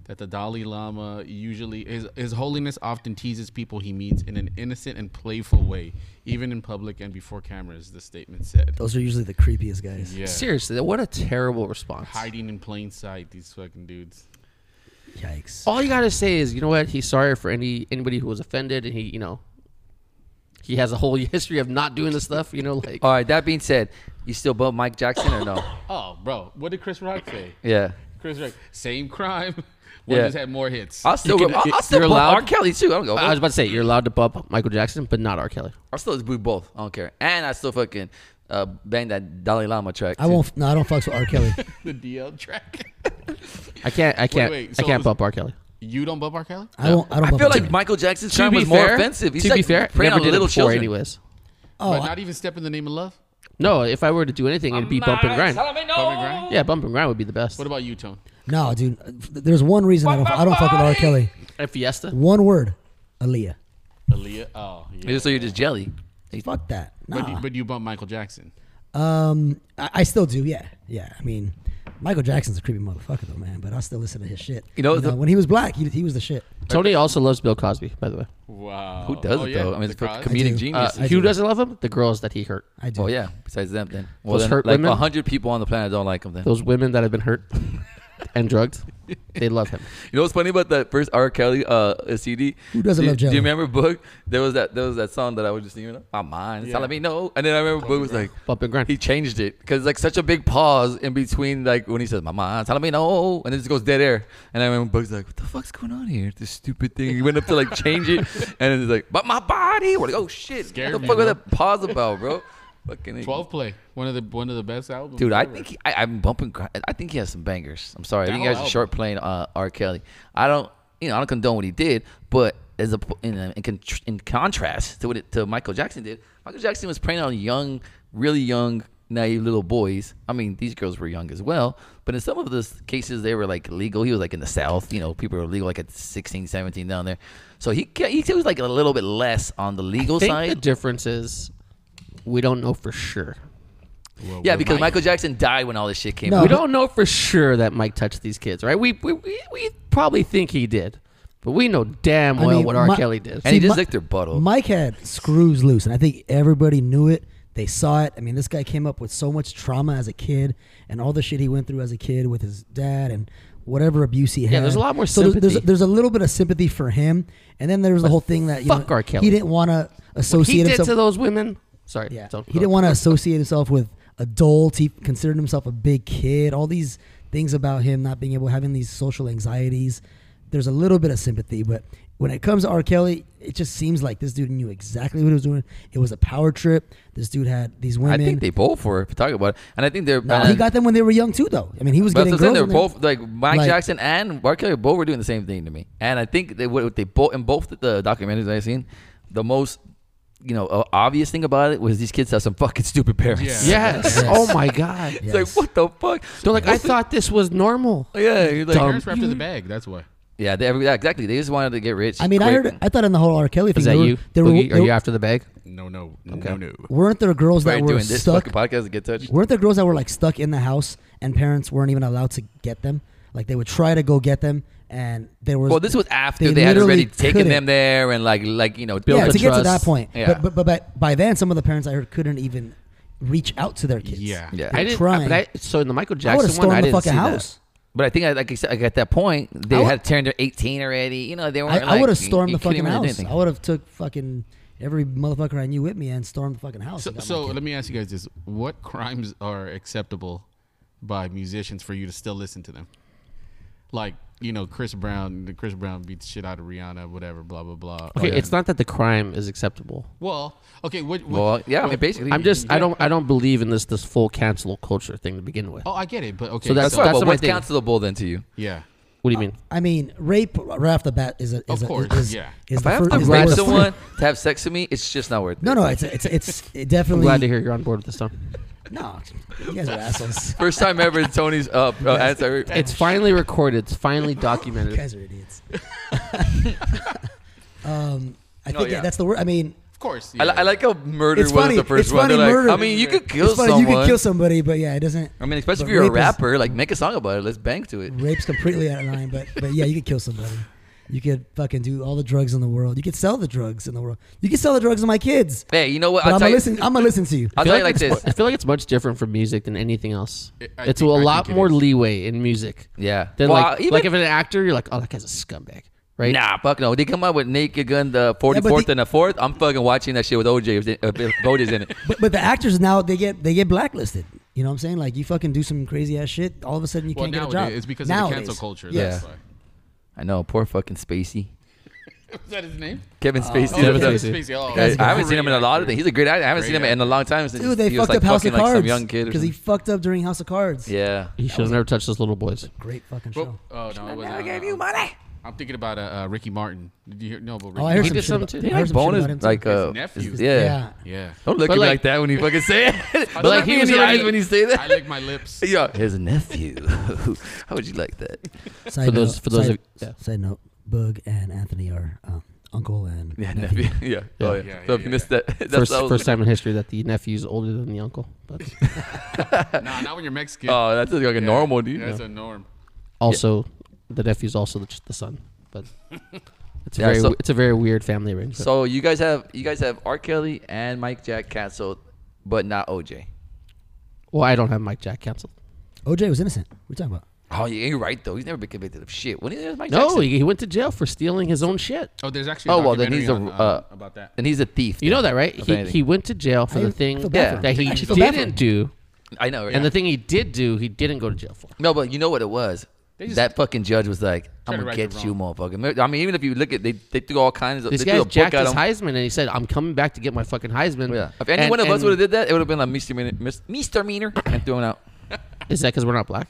E: that the Dalai Lama usually his his holiness often teases people he meets in an innocent and playful way, even in public and before cameras. The statement said.
C: those are usually the creepiest guys.
E: Yeah.
D: Seriously, what a terrible response.
E: Hiding in plain sight, these fucking dudes.
C: Yikes.
D: All you gotta say is, you know what? He's sorry for any anybody who was offended, and he, you know, he has a whole history of not doing this stuff. You know, like
B: All right. That being said, you still bump Mike Jackson or no?
E: Oh, bro, what did Chris Rock say?
B: Yeah.
E: Chris Rock, same crime. One
B: Yeah.
E: just had more hits.
B: I'll still,
D: can-
B: I'll, I'll still
D: you're
B: bump
D: allowed-
B: R. Kelly too. I don't go.
D: I was about to say, you're allowed to bump Michael Jackson, but not R. Kelly.
B: I'll still do both. I don't care. And I still fucking uh, bang that Dalai Lama track.
C: I
B: too.
C: won't. No, I don't fucks with R. Kelly.
E: the DL track.
D: I can't. I can't.
E: wait,
D: I
E: so
D: can't
E: is-
D: bump R. Kelly.
E: you don't bump R. Kelly?
C: I won't. I don't.
B: I
C: fuck
B: feel
C: with
B: like
C: him.
B: Michael Jackson's crime was more offensive. He's
D: to
B: like
D: be fair,
B: preying
D: never
B: on
D: did
B: little
D: it before,
B: children.
D: anyways.
C: Oh,
E: but
C: I-
E: not e-, even step in the name of love.
D: No, if I were to do anything, it'd be bump and grind.
E: Bump and grind?
D: Yeah, bump and grind would be the best.
E: What about you, Tone?
C: no, dude. There's one reason I don't. I don't fuck with R. Kelly.
D: a Fiesta?
C: One word, Aaliyah.
E: Aaliyah. Oh, yeah.
B: Just so you're just jelly.
C: Fuck that. Nah.
E: But, you, but you bump Michael Jackson.
C: Um, I, I still do. Yeah, yeah. I mean, Michael Jackson's a creepy motherfucker though, man. But I still listen to his shit.
B: You know, the-
C: when he was black, he, he was the shit.
D: Tony also loves Bill Cosby, by the way.
E: Wow. Oh,
B: Who does it though? I mean, it's a
C: I
B: comedic
C: do.
D: Uh,
B: genius.
C: I
D: who
C: do.
D: doesn't love him? The girls that he hurt.
C: I do.
B: well, yeah. Besides them, then well,
D: Those
B: then
D: hurt
B: like
D: women?
B: a hundred people on the planet don't like him. Then
D: Those women that have been hurt and drugged, they love him.
B: you know what's funny about that first R. Kelly uh, CD?
C: Who doesn't
B: do,
C: love
B: Do
C: jelly?
B: you remember Book? There was that there was that song that I was just singing. My mind,
E: Yeah.
B: telling me no. And then I remember Book was like.
D: Bump and grind.
B: He changed it because like such a big pause in between, like when he says "My mom's telling me no," and it just goes dead air. And I remember Bugs like, "What the fuck's going on here? This stupid thing." He went up to like change it, and it's like, "But my body." We're like, "Oh shit!"
E: Scared
B: what the
E: me,
B: fuck was
E: bro.
B: that pause about, bro? Fucking
E: Twelve play. One of the one of the best albums.
B: Dude, I
E: ever.
B: think he, I, I'm bumping. gr- I think he has some bangers. I'm sorry. I
E: That
D: Oh,
B: think you guys
E: whole
B: are
E: album.
B: short playing uh, R. Kelly. I don't. you know, I don't condone what he did, but as a in, a, in, con- in contrast to what it, to Michael Jackson did, Michael Jackson was preying on young, really young, naive little boys. I mean, these girls were young as well, but in some of those cases, they were like legal. He was like in the South, you know, people were legal like at 16, 17 down there. So he ca- he was like a little bit less on the legal
D: I think
B: side.
D: the difference is we don't know for sure.
E: Well,
B: yeah,
E: well,
B: because
E: Mike-
B: Michael Jackson died when all this shit came
C: No,
B: out.
D: we don't know for sure that Mike touched these kids, right? We we, we, we probably think he did, but we know damn
C: I
D: well
C: mean,
D: what R.
C: Mi-
D: Kelly did.
B: And he just
C: Mi-
B: licked their butthole.
C: Mike had screws loose, and I think everybody knew it. They saw it. I mean, this guy came up with so much trauma as a kid, and all the shit he went through as a kid with his dad and whatever abuse he had.
D: there's a lot more
C: So there's, there's,
D: sympathy.
C: there's a little bit of sympathy for him, and then there was the whole thing that you
D: fuck
C: know,
D: R. Kelly.
C: he didn't want to
D: What he
C: associate
D: did
C: himself.
D: to those women. Sorry,
C: yeah,
D: don't-
C: he didn't want to associate himself with adults. He considered himself a big kid. All these things about him not being able, having these social anxieties. There's a little bit of sympathy, but when it comes to R. Kelly, it just seems like this dude knew exactly what he was doing. It was a power trip. This dude had these women.
B: I think they both were. If you talk about it, and I think they're.
C: Nah, he got them when they were young too, though. I mean, he was
B: But
C: getting
B: that's what I'm
C: girls.
B: saying. They're
C: when they-
B: both like Mike
C: like-
B: Jackson and R. Kelly both were doing the same thing to me, and I think they what they both in both the documentaries I've seen, the most you know uh, obvious thing about it was these kids have some fucking stupid parents.
E: Yeah.
D: Yes.
C: Yes.
D: Oh my God.
B: it's
C: Yes.
B: like what the fuck?
D: They're like, I thought this was normal.
B: Yeah, you're like,
E: Your parents were after the
B: Mm-hmm.
E: bag. That's why.
B: yeah, they, yeah, exactly. They just wanted to get rich.
C: I mean, I
B: quick.
C: heard. I thought in the whole R. Kelly thing,
D: Is that
C: there were-
D: you?
C: There were,
D: Boogie?
C: there
D: Are you after the bag?
E: No, no, no, no.
C: weren't there girls
B: Probably
C: that were
B: doing this
C: stuck
B: fucking podcast to get touched.
C: Weren't there girls that were like stuck in the house and parents weren't even allowed to get them? Like they would try to go get them, and there was
B: Well, this was after they,
C: they
B: had
C: literally
B: already taken
C: couldn't.
B: them there and like like you know built
C: yeah
B: a
C: to get to that
D: trust.
C: point.
B: Yeah.
C: But, but but by, by then, some of the parents I heard couldn't even reach out to their kids.
E: Yeah.
B: Yeah.
D: I
C: They're
D: didn't.
C: trying.
D: But I, so in the Michael
C: I would
D: Jackson
C: have
D: one,
C: stolen
D: I
C: the
D: didn't see
C: fucking
D: that.
C: house.
B: But I think, I- like I said, like at that point, they
C: I would-
B: had turned their 18 already. You know, they were
C: I, I would have
B: like,
C: stormed
B: you
C: the fucking
B: couldn't really do
C: house.
B: anything.
C: I would have took fucking every motherfucker I knew with me and stormed the fucking house.
E: So,
C: and got my
E: so
C: kid.
E: let me ask you guys this: What crimes are acceptable by musicians for you to still listen to them? Like you know, Chris Brown. Chris Brown beats shit out of Rihanna. Whatever. Blah blah blah.
D: Okay,
E: Or-
D: it's not that the crime is acceptable.
E: well. Okay. What, what,
B: Well, yeah, I mean, basically,
D: I'm just. I don't. I don't believe in this. This full cancel culture thing to begin with.
E: Oh, I get it. But okay.
D: So that's-
B: That's, right,
D: that's
B: but
D: my
B: what's
D: thing.
B: cancelable then to you?
E: yeah.
D: What do you mean?
C: I mean, rape right off the bat is a is
E: Of
C: a,
E: course,
C: is,
E: yeah.
C: is
B: If
C: the
B: I have
C: first,
B: to
C: is the
B: rape
C: worst-
B: someone to have sex with me, it's just not worth it.
C: No, no, it's a, it's it's it
D: I'm
C: definitely
D: glad to hear you're on board with this song.
C: no. You guys are assholes.
B: First time ever in Tony's uh, uh, answer.
D: It's finally recorded. It's finally
C: You
D: documented.
C: guys are idiots. um, I
B: No,
C: think
B: yeah.
C: that's the word. I mean,
E: Of course.
B: I, li-
E: yeah.
B: I like how murder
C: it's
B: was
C: funny.
B: the first
C: it's
B: one.
C: funny.
B: They're like,
C: murder.
B: I mean, you could kill
C: it's funny,
B: someone.
C: You could kill somebody, but yeah, it doesn't.
B: I mean, especially
C: but
B: if you're a
C: rape is-
B: rapper, like make a song about it. Let's bang to it.
C: Rape's completely out of line, but but yeah, you could kill somebody. You could fucking do all the drugs in the world. You could sell the drugs in the world. You could sell the drugs to my kids.
B: Hey, you know what?
C: But I'm
B: I'll tell
C: gonna
B: you.
C: listen. I'm gonna listen to you.
B: I'll
D: feel
B: tell you like
D: it's
B: this.
D: mu- I feel like it's much different from music than anything else.
E: I- I
D: it's
E: think-
D: a
E: I
D: lot
E: think it
D: more
E: is.
D: leeway in music
B: Yeah.
D: than
B: Well,
D: like
B: even-
D: like if an actor you're like, oh, that guy's a scumbag, right?
B: Nah, fuck no. They come out with Naked Gun the 44th
C: the-
B: and the 4th. I'm fucking watching that shit with OJ if, they- if if OJ's in it.
C: But, but the actors now they get they get blacklisted. You know what I'm saying? Like you fucking do some crazy ass shit, all of a sudden you
E: Well,
C: can't
E: nowadays
C: get a job.
E: it's because of the
C: Nowadays.
E: cancel culture.
C: Yeah.
E: That's
B: Yeah.
E: why.
B: I know, poor fucking Spacey.
E: Is that his name?
B: Kevin Spacey.
E: Oh,
D: Kevin
E: Kevin
D: Spacey.
E: Spacey. Oh,
B: I, I haven't seen him in a lot of
E: great
B: things. He's a great actor. I haven't
E: Great
B: seen him in a
E: actor.
B: long time since
C: Dude, they
B: he was
C: fucked
B: like
C: up House of
B: fucking like
C: Cards
B: some young kid. or
C: because he
B: something.
C: fucked up during House of Cards.
B: yeah.
D: He should have never touched those little boys.
C: Great fucking show.
E: Well, oh no, it wasn't. uh, I'm thinking about uh, uh, Ricky Martin. Did you hear? No, but Ricky
C: Oh, I heard
D: He
C: some
D: did
C: shit
D: something
C: about,
D: too.
C: I
D: Didn't
B: He
C: heard
B: like
C: some shit
B: bonus,
C: about him too.
B: like uh,
E: His nephew.
B: is- Yeah.
C: yeah.
E: Yeah.
B: Don't look
D: But
B: at me
D: like-
B: like that when you fucking say it. Don't
E: like,
B: look
E: he
B: me in
E: was
B: the
E: already-
B: eyes when you say
E: I
B: that.
E: lick my lips.
B: Yeah, his nephew. How would you like that?
C: Side
D: For those-
C: note-
D: for those
C: side,
D: of- yeah.
C: side note, Boog and Anthony are um, uncle and
B: Yeah,
C: nephew.
B: nephew. Yeah. Oh yeah.
E: Yeah, yeah,
B: so if you
E: yeah.
B: missed that, that's
D: First,
B: what I was
D: first time in history that the nephew's older than the uncle. But
E: Nah, not when you're Mexican.
B: looking- Oh, that's like a
E: Yeah.
B: normal dude.
E: Yeah, That's a norm.
D: also, the nephew's also the, the son. But it's a
B: Yeah,
D: very
B: so-
D: it's a very weird family arrangement.
B: So you guys have you guys have R. Kelly and Mike Jack canceled, but not OJ.
D: well, I don't have Mike Jack canceled.
C: OJ was innocent. What are you talking about?
B: Oh, yeah, you're right though. He's never been convicted of shit. When he was Mike
D: No,
B: Jackson.
D: he, he went to jail for stealing his own shit.
E: Oh, there's actually.
B: Oh well, then he's a
E: on,
B: uh,
E: um, about that.
B: Then he's a thief.
D: You know
B: then,
D: that, right?
B: if
D: He,
B: anything.
D: he went to jail for
C: I
D: the thing
C: feel bad
B: Yeah. Oh,
C: for him.
D: that he
C: I actually feel bad for
D: didn't
C: him.
D: do,
B: I know. Right?
D: and the thing he did do, he didn't go to jail for.
B: No, but you know what it was.
E: They just-
B: that fucking judge was like, "I'm
E: to
B: gonna
E: right
B: get
E: the
B: you, motherfucker." I mean, even if you look at they, they threw all kinds of
D: This
B: they threw
D: guy's
B: a book
D: jacked
B: at
D: his
B: him.
D: Heisman, and he said, "I'm coming back to get my fucking Heisman."
B: yeah. If any
D: And-
B: one of us
D: and-
B: would have did that, it would have been a misdemeanor, mis- misdemeanor, and thrown out.
D: is that because we're not black?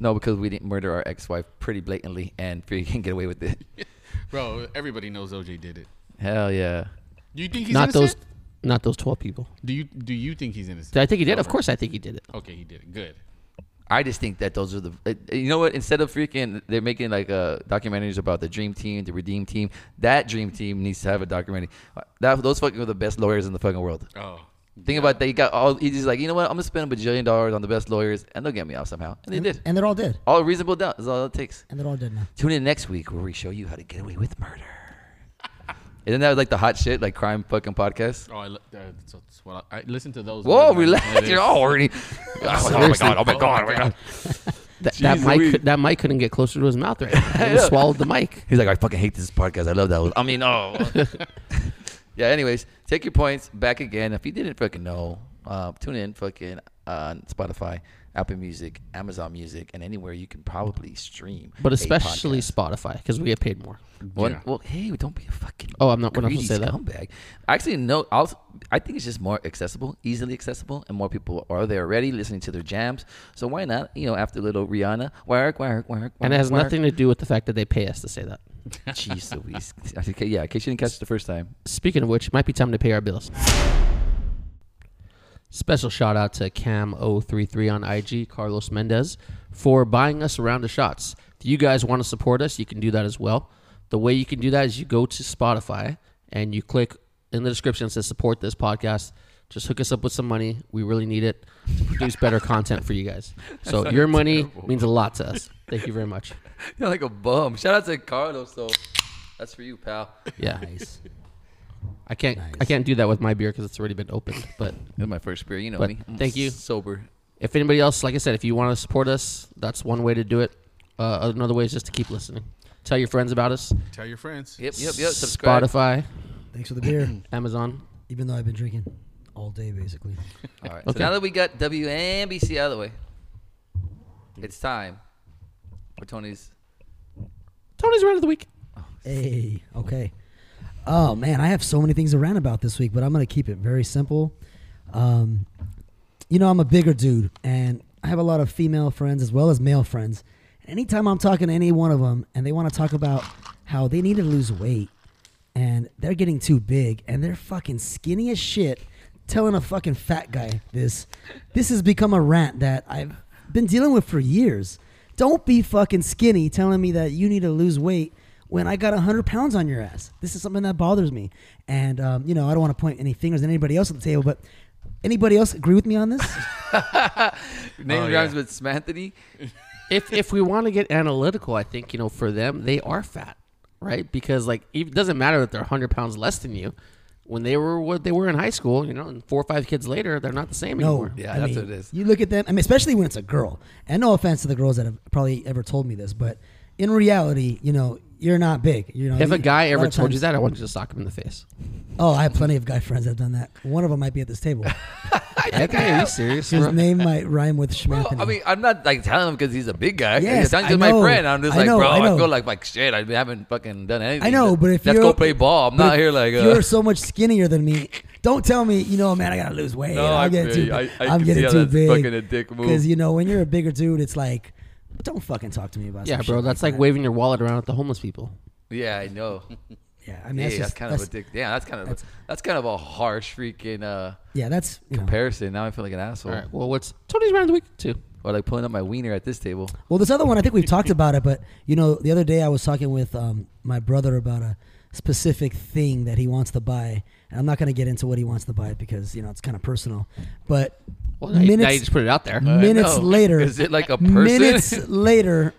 B: No, because we didn't murder our ex-wife pretty blatantly and freaking get away with it.
E: Bro, everybody knows OJ did it.
B: Hell yeah.
E: Do you think he's
D: not
E: innocent?
D: those, not those twelve people.
E: Do you do you think he's innocent?
D: I think he did. Of course, I think he did it.
E: Okay, he did it. Good.
B: I just think that those are the. uh, You know what? Instead of freaking, they're making like uh, documentaries about the dream team, the redeem team. That dream team needs to have a documentary. That those fucking are the best lawyers in the fucking world.
E: Oh,
B: Think about that. He got all. He's just like, you know what? I'm gonna spend a bajillion dollars on the best lawyers, and they'll get me out somehow. And they did.
C: And they're all dead.
B: All reasonable doubt is all it takes.
C: And they're all dead now.
B: Tune in next week where we show you how to get away with murder. Isn't that like the hot shit, like crime fucking podcast?
E: oh, I, li- uh, that's, that's what I, I listen to those.
B: Whoa,
E: ones, man. It
B: relax.
E: is-
B: You're all horny. Oh, my god. Oh my god. Oh my god.
D: That, that
E: Jeez
D: mic,
E: Louise.
D: could- that mic couldn't get closer to his mouth right. now. It just swallowed the mic.
B: He's like, I fucking hate this podcast. I love that one. I mean, oh. yeah, anyways, take your points back again. If you didn't fucking know, uh, tune in fucking on Spotify, Apple Music, Amazon Music, and anywhere you can probably stream.
D: But
B: a
D: especially
B: podcast.
D: Spotify because we get paid more.
B: One-
E: Yeah.
B: Well, hey, don't be a fucking.
D: Oh, I'm not- we're not
B: greedy
D: supposed to say that.
B: scumbag. Actually, no. I'll, I think it's just more accessible, easily accessible, and more people are there already listening to their jams. So why not? You know, after little Rihanna, work, work, work, work.
D: And it has
B: work.
D: nothing to do with the fact that they pay us to say that.
B: Jeez Louise. Okay, yeah, in case you didn't catch it the first time.
D: Speaking of which, it might be time to pay our bills. Special shout out to Cam033 on IG, Carlos Mendez, for buying us a round of shots. If you guys want to support us, you can do that as well. The way you can do that is you go to Spotify and you click in the description it says support this podcast. Just hook us up with some money. We really need it to produce better content for you guys. So your money means a lot to us. Thank you very much.
B: You're like a bum. Shout out to Carlos though. That's for you, pal.
D: Yeah.
C: Nice.
D: I can't I can't do that with my beer because it's already been opened, but
B: That's my first beer. You know
D: But
B: me. I'm
D: thank you.
B: Sober.
D: if anybody else, like I said, if you want to support us, that's one way to do it. Uh, another way is just to keep listening. Tell your friends about us.
E: Tell your friends.
B: Yep, yep, yep. Subscribe.
D: Spotify,
C: Thanks for the beer.
D: Amazon.
C: Even though I've been drinking all day, basically.
B: All right.
D: Okay.
B: So now that we got WNBC out of the way, it's time for Tony's.
D: Tony's round of the week.
C: Hey, okay. Oh man, I have so many things to rant about this week, but I'm gonna keep it very simple. Um, you know, I'm a bigger dude, and I have a lot of female friends as well as male friends. And anytime I'm talking to any one of them, and they want to talk about how they need to lose weight, and they're getting too big, and they're fucking skinny as shit, telling a fucking fat guy this. This has become a rant that I've been dealing with for years. Don't be fucking skinny telling me that you need to lose weight when I got 100 pounds on your ass. This is something that bothers me. And, um, you know, I don't want to point any fingers at anybody else at the table, but anybody else agree with me on this?
B: Name rhymes
E: Oh, yeah.
B: with Smanthony.
D: If if we want to get analytical, I think you know for them they are fat, right? Because like it doesn't matter that they're 100 pounds less than you. When they were what they were in high school, you know, and four or five kids later, they're not the same
C: No,
D: anymore.
B: Yeah, that's what it is.
C: You look at them, I mean, especially when it's a girl. And no offense to the girls that have probably ever told me this, but in reality, you know, you're not big. You know,
D: If a
C: you-
D: guy
C: lot
D: ever
C: of
D: told you
C: times-
D: that, I want to just sock him in the face.
C: oh, I have plenty of guy friends that have done that. One of them might be at this table.
D: Okay, are you serious?
C: His
D: bro?
C: name might rhyme with
B: Well,
C: Schmanthony.
B: I mean, I'm not like telling him because he's a big guy.
C: Yes,
B: he's not
C: I
B: just my
C: know.
B: friend. I'm just
C: I
B: like,
C: know,
B: bro,
C: I
B: I,
C: know.
B: feel like like shit. I haven't fucking done anything.
C: I know, but if
B: let's
C: you're
B: go play ball, I'm
C: but
B: not
C: if
B: here like uh,
C: you're so much skinnier than me. Don't tell me, you know, man, I gotta lose weight.
B: No,
C: I'm
B: I
C: getting
B: feel
C: too.
B: you. I- I can
C: am
B: see
C: getting
B: how
C: too
B: that's
C: big.
B: fucking a dick move.
C: Because you know, when you're a bigger dude, it's like, don't fucking talk to me about.
D: Yeah,
C: some
D: bro,
C: shit
D: that's like
C: that.
D: waving your wallet around at the homeless people.
B: yeah, I know.
C: Yeah, I mean,
B: yeah,
C: that's,
B: that's,
C: just,
B: kind
C: that's-
B: of a dick. Yeah, that's kind of that's, kind of a harsh freaking uh,
C: Yeah, that's you know.
B: comparison. Now I feel like an asshole.
D: All right. Well, what's Tony's round of the week too?
B: Or like pulling up my wiener at this table.
C: Well, this other one, I think we've talked about it, but you know, the other day I was talking with um, my brother about a specific thing that he wants to buy, and I'm not going to get into what he wants to buy because you know it's kind of personal. But
D: Well, now, you, now you
C: minutes,
D: just put uh, it out there.
B: I
C: minutes
B: know.
C: later,
B: Is it like a person?
C: minutes later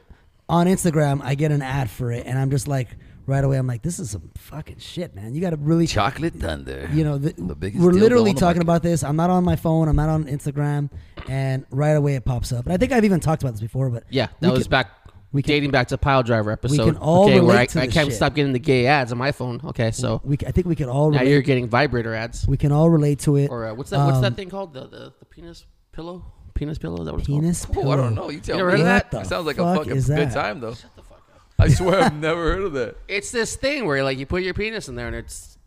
C: on Instagram, I get an ad for it, and I'm just like, right away, I'm like, this is some fucking shit, man. You got to really
B: Chocolate Thunder.
C: you know, the,
B: The biggest
C: we're
B: dildo
C: literally
B: on the
C: talking
B: market.
C: about this. I'm not on my phone. I'm not on Instagram, and right away it pops up. And I think I've even talked about this before, but
D: yeah, that
C: we
D: was
C: can-
D: back.
C: we
D: We
C: can-
D: dating back to pile driver episode.
C: can all
D: okay, where
C: relate
D: I,
C: to
D: I
C: this
D: can't
C: shit.
D: stop getting the gay ads on my phone. Okay, so
C: We, I think we can all
D: now
C: relate,
D: you're getting vibrator ads
C: we can all relate to it.
D: or uh, what's that? what's
C: Um,
D: that thing called? The, the the penis pillow? Penis pillow? Is that what it's
C: Penis.
B: Oh, I
C: pillow.
B: don't know. You tell
D: You ever
B: me
D: heard of
B: that?
C: that?
B: It sounds like
C: Fuck
B: a fucking
C: is that?
B: good time though.
D: called? Shut the fuck up.
B: I swear I've never heard of that.
D: It's this thing where like you put your penis in there and it's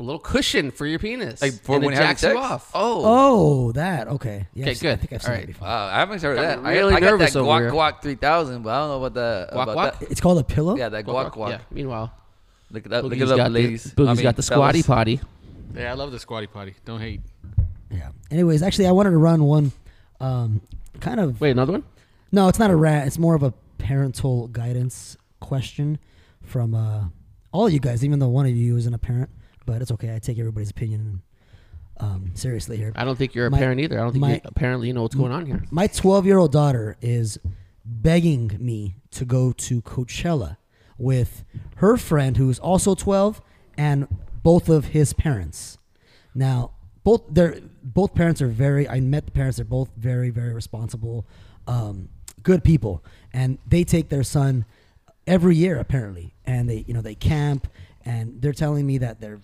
D: a little cushion for your penis.
B: Like for
D: and
B: when
D: it
B: you're having
D: jacks you
B: sex?
D: off.
B: Oh,
C: Oh, that okay. Yeah,
D: Okay,
C: I've seen- I
D: good.
C: think I've seen
D: All
C: that
D: right.
B: Wow,
C: before.
B: I haven't heard of that.
D: Got
B: I-
D: really
B: I, got that
D: nervous over
B: guac
D: here.
B: guac three thousand, but I don't know about the
D: Guac
B: about
D: guac?
B: that.
C: It's called a pillow.
B: Yeah, that guac guac.
D: Yeah. Meanwhile,
B: Look it up, look
D: Boogie's
B: it up,
D: got the,
B: ladies.
D: Boogie's
B: I mean,
D: got the squatty
B: fellas.
D: potty.
E: Yeah, I love the squatty potty. Don't hate.
C: Yeah. Anyways, actually, I wanted to run one. Um, kind of.
D: Wait, another one?
C: No, it's not a rat. It's more of a parental guidance question from uh, all of you guys, even though one of you isn't a parent. But it's okay. I take everybody's opinion um, seriously here.
D: I don't think you're a
C: My-
D: parent either. I don't think
C: my-
D: you apparently you know what's going on here.
C: My 12 year old daughter is begging me to go to Coachella with her friend who is also 12 and both of his parents. Now, both their both parents are very. I met the parents. They're both very, very responsible, um, good people, and they take their son every year apparently, and they you know they camp, and they're telling me that they're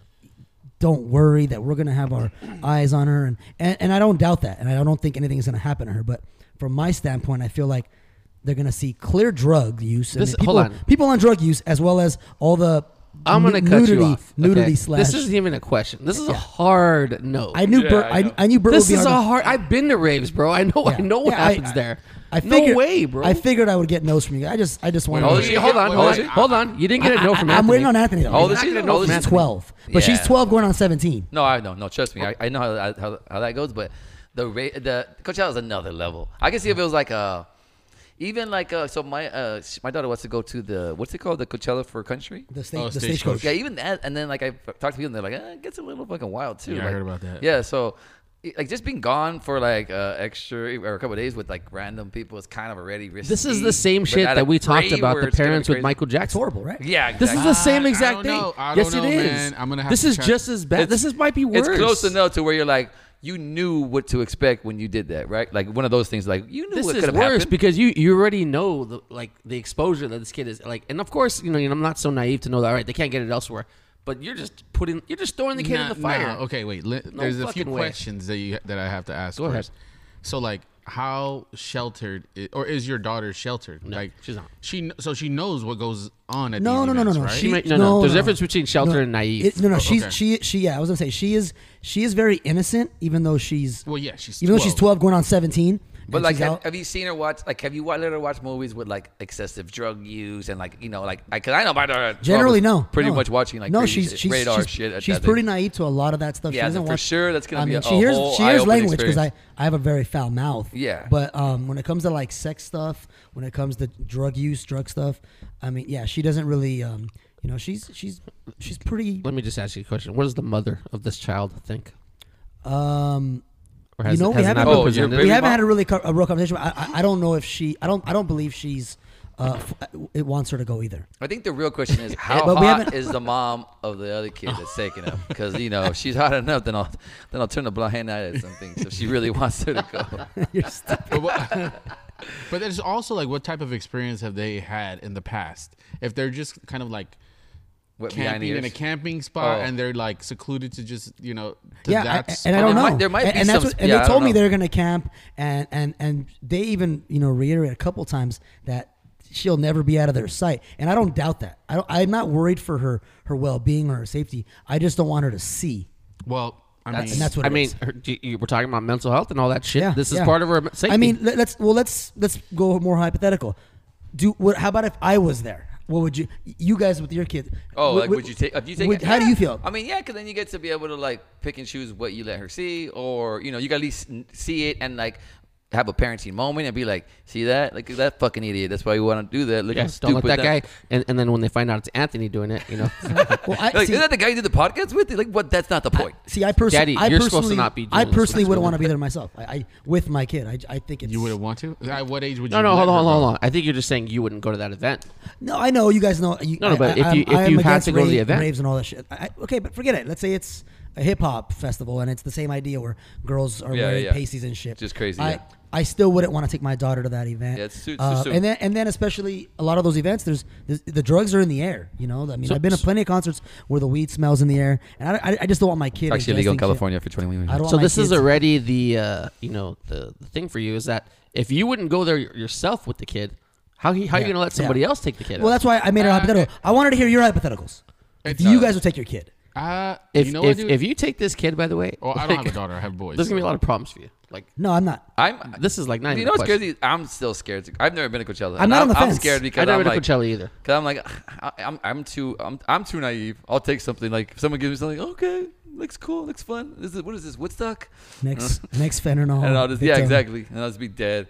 C: don't worry that we're going to have our eyes on her and, and and I don't doubt that and I don't think anything's going to happen to her but from my standpoint I feel like they're going to see clear drug use and
D: This-
C: people,
D: hold on.
C: people on drug use as well as all the
D: I'm
C: nu-
D: gonna cut
C: nudity,
D: you off.
C: nudity
D: okay?
C: slash
D: This isn't even a question. This is a hard no.
C: I knew
E: Yeah,
C: Bert
E: I
C: I,
E: know.
C: I, knew Bert
D: this
C: would be
D: is a
C: hard-
D: hard. I've been to raves, bro. I know. I
C: Yeah.
D: know what
C: Yeah, I-
D: happens there.
C: I figured,
D: no way, bro.
C: I figured I would get no's from you. I just I just wanted
B: How old
C: to
B: is she?
D: Wait, hold on,
E: Wait,
D: hold on,
E: wait, wait.
D: hold on. You didn't get a no
C: I,
D: from
C: I, am
D: Anthony.
C: waiting on Anthony. though.
B: How old
C: He's
B: is
C: not
B: she?
C: gonna
B: How
C: know
B: old
C: if
B: is
C: She's
B: she?
C: 12, but she's
B: Yeah.
C: 12 going on 17.
B: No, I know. No, trust me. I, I know how, how, how that goes, but the ra- the Coachella is another level. I can see if it was like a, even like a, so my uh, sh- my daughter wants to go to the what's it called the Coachella for country.
C: The, sta-
E: Oh,
C: the
E: stagecoach.
C: stagecoach.
B: Yeah, even that, and then like I talked to people, and they're like, eh, it gets a little fucking wild too.
E: Yeah, I
B: Like,
E: heard about that.
B: Yeah, so it- like just being gone for like uh, extra or a couple of days with like random people is kind of already risky.
D: This is the same
B: but
D: shit
B: at a
D: that we talked
B: rave
D: about
B: where
D: the
B: it's gonna be
D: parents with
B: crazy.
D: Michael
C: It's
D: Jackson.
C: horrible, right?
B: Yeah,
D: This is
B: exactly.
D: the same
E: I
D: exact
E: don't
D: thing.
E: know. I
D: Yes, it
E: don't know,
D: is.
E: man. I'm gonna have
D: this
E: to
D: is
E: check.
D: just as bad.
B: It's-
D: this is might be worse.
B: It's close enough to where you're like, you knew what to expect when you did that, right? Like one of those things, like you knew
D: This
B: what
D: is
B: could
D: worse
B: have happened.
D: because you you already know the like the exposure that this kid is like, and of course you know, you know I'm not so naive to know that. All right, they can't get it elsewhere, but you're just putting you're just throwing the kid in
E: Nah,
D: the fire.
E: nah, okay, wait. li- there's a few
D: fucking way.
E: questions that you that I have to ask
D: Go ahead.
E: first. So like, how sheltered i- or is your daughter sheltered?
D: No,
E: like
D: she's not.
E: She kn- so she knows what goes on at
C: No,
E: these
C: no,
D: E
C: no, no,
E: events,
C: no.
E: right?
C: She,
D: She might- no, no. There's a difference between shelter and naive.
C: It- no, no.
E: Oh,
C: She's
E: okay.
C: she she yeah. I was gonna say she is she is very innocent, even though she's
E: Well, yeah, she's
C: even though she's
E: 12.
C: twelve going on seventeen.
B: But
C: and
B: like,
C: she's
B: have,
C: out.
B: have you seen her watch? Like, have you wa- let her watch movies with like excessive drug use and like you know, like I because I know my daughter at 12
C: generally
B: was
C: no.
B: pretty
C: no.
B: much watching like
C: no.
B: crazy
C: she's
B: shit,
C: she's
B: radar
C: she's,
B: shit. At
C: she's
B: that
C: pretty
B: thing.
C: naive to a lot of that stuff.
B: Yeah,
C: she doesn't
B: for
C: watch,
B: sure, that's gonna
C: I
B: be
C: mean,
B: a
C: she hears
B: whole
C: she hears
B: eye-opening
C: language because I
B: experience.
C: I have a very foul mouth.
B: Yeah.
C: But um, when it comes to like sex stuff, when it comes to drug use, drug stuff, I mean, yeah, she doesn't really um, you know, she's she's she's pretty
D: Let me just ask you a question. What does the mother of this child think?
C: um.
D: Or
C: you know,
D: it-
C: we
D: it
C: haven't,
D: not been
B: Oh, you're
D: presented?
B: baby
C: we haven't
B: mom?
C: had a really co- a real conversation. I, I, I don't know if she. I don't. I don't believe she's. Uh, f- it wants her to go either.
B: I think the real question is how
C: But we
B: hot
C: haven't-
B: is the mom of the other kid that's taking him? Because you know, if she's hot enough, then I'll then I'll turn a blind eye at something. So she really wants her to go.
C: You're stupid.
E: But, what, but there's also like, what type of experience have they had in the past? If they're just kind of like
B: What, behind the
E: camping in a
B: ears?
E: camping spot
B: Oh.
E: and they're like secluded to just you know to
C: Yeah, I-
E: that
C: I- and I
E: spot.
C: don't
B: there
C: know.
B: might- there might
C: and,
B: be
C: and
B: some
C: that's
B: sp-
C: what, and
B: yeah, I
C: they
B: don't
C: told me
B: know.
C: they're going to camp, and and and they even you know reiterate a couple times that she'll never be out of their sight, and I don't doubt that. I don't, I'm not worried for her her well being or her safety. I just don't want her to see.
E: Well, I
D: That's-
E: mean,
C: And that's what
D: I
C: it
D: mean.
C: is.
D: Her, do you, we're talking about mental health and all that shit.
C: Yeah,
D: this is
C: yeah.
D: part of her safety.
C: I mean, let, let's well, let's let's go more hypothetical. Do what? How about if I was there? What would you? You guys with your kids?
B: Oh,
C: what-
B: like
C: what-
B: would you take? If you take,
C: would-
B: it-
C: how do you
B: yeah.
C: feel?
B: I mean, yeah, because then you get to be able to like pick and choose what you let her see, or you know, you can at least n- see it and like have a parenting moment and be like, see that, like that fucking idiot. That's why you want to do that. Look how
D: yes, don't
B: stupid
D: let that guy. And, and then when they find out it's Anthony doing it, you know,
C: Well, I,
B: Like,
C: see,
B: isn't that the guy you did the podcast with? Like, what? That's not the point.
C: see, I personally,
D: Daddy,
C: I
D: you're supposed to
C: personally,
D: not be doing
C: I
D: this
C: personally
D: with
C: wouldn't
D: me.
C: want to be there myself. I, I with my kid, I, I think it's
E: you would have want to. At what age would
D: No,
E: you?
D: no,
E: let
D: hold
E: her
D: on,
E: go?
D: hold on. I think you're just saying you wouldn't go to that event.
C: No, I know you guys know. You,
D: No, no,
C: I-
D: but
C: I,
D: if
C: I'm-
D: you- if
C: I am
D: you have
C: against
D: to go to the
C: rave-
D: event.
C: raves and all that shit. I, I- okay, but forget it. Let's say it's a hip hop festival and it's the same idea where girls are
B: Yeah, yeah,
C: wearing
B: yeah.
C: pasties and shit.
B: Just crazy,
C: I,
B: yeah.
C: I still wouldn't want to take my daughter to that event.
B: Yeah, it's too- it's too
C: uh,
B: soon.
C: and then and then especially a lot of those events, there's, there's the drugs are in the air. You know, I mean,
D: So-
C: I've been to plenty of concerts where the weed smells in the air, and I, I, I just don't want my kid
B: Actually illegal in
C: ingesting shit.
B: California for 21 years.
C: I don't
D: So
C: want my
D: this is
C: kids-
D: already the uh, you know the, the thing for you is that if you wouldn't go there y- yourself with the kid, how he, how are you
C: Yeah,
D: gonna let
C: yeah.
D: somebody else take the kid?
C: Well,
D: out?
B: Uh,
C: that's why I made it a hypothetical. I wanted to hear your hypotheticals. If
E: It's-
C: you guys would take your kid,
E: Uh,
D: If
E: you know
D: if,
E: what, dude?
D: if you take this kid, by the way,
E: oh, I don't have
D: like,
E: a daughter. I have boys.
D: There's gonna be a lot of problems for you. Like
C: No, I'm not.
B: I'm.
D: this is like nine.
B: you know what's crazy? I'm still scared. To, I've never been to Coachella.
C: I'm not on the
B: I'm
C: fence.
B: scared
D: I
B: because
D: never
B: I'm
D: went
B: like,
D: to Coachella either.
B: Cause I'm like, I, I'm I'm too I'm I'm too naive. I'll take something like if someone gives me something. Okay, looks cool, looks fun. This is what is this Woodstock?
C: Next, next fentanyl.
B: and I'll just
C: big
B: yeah
C: time.
B: exactly, and I'll just be dead.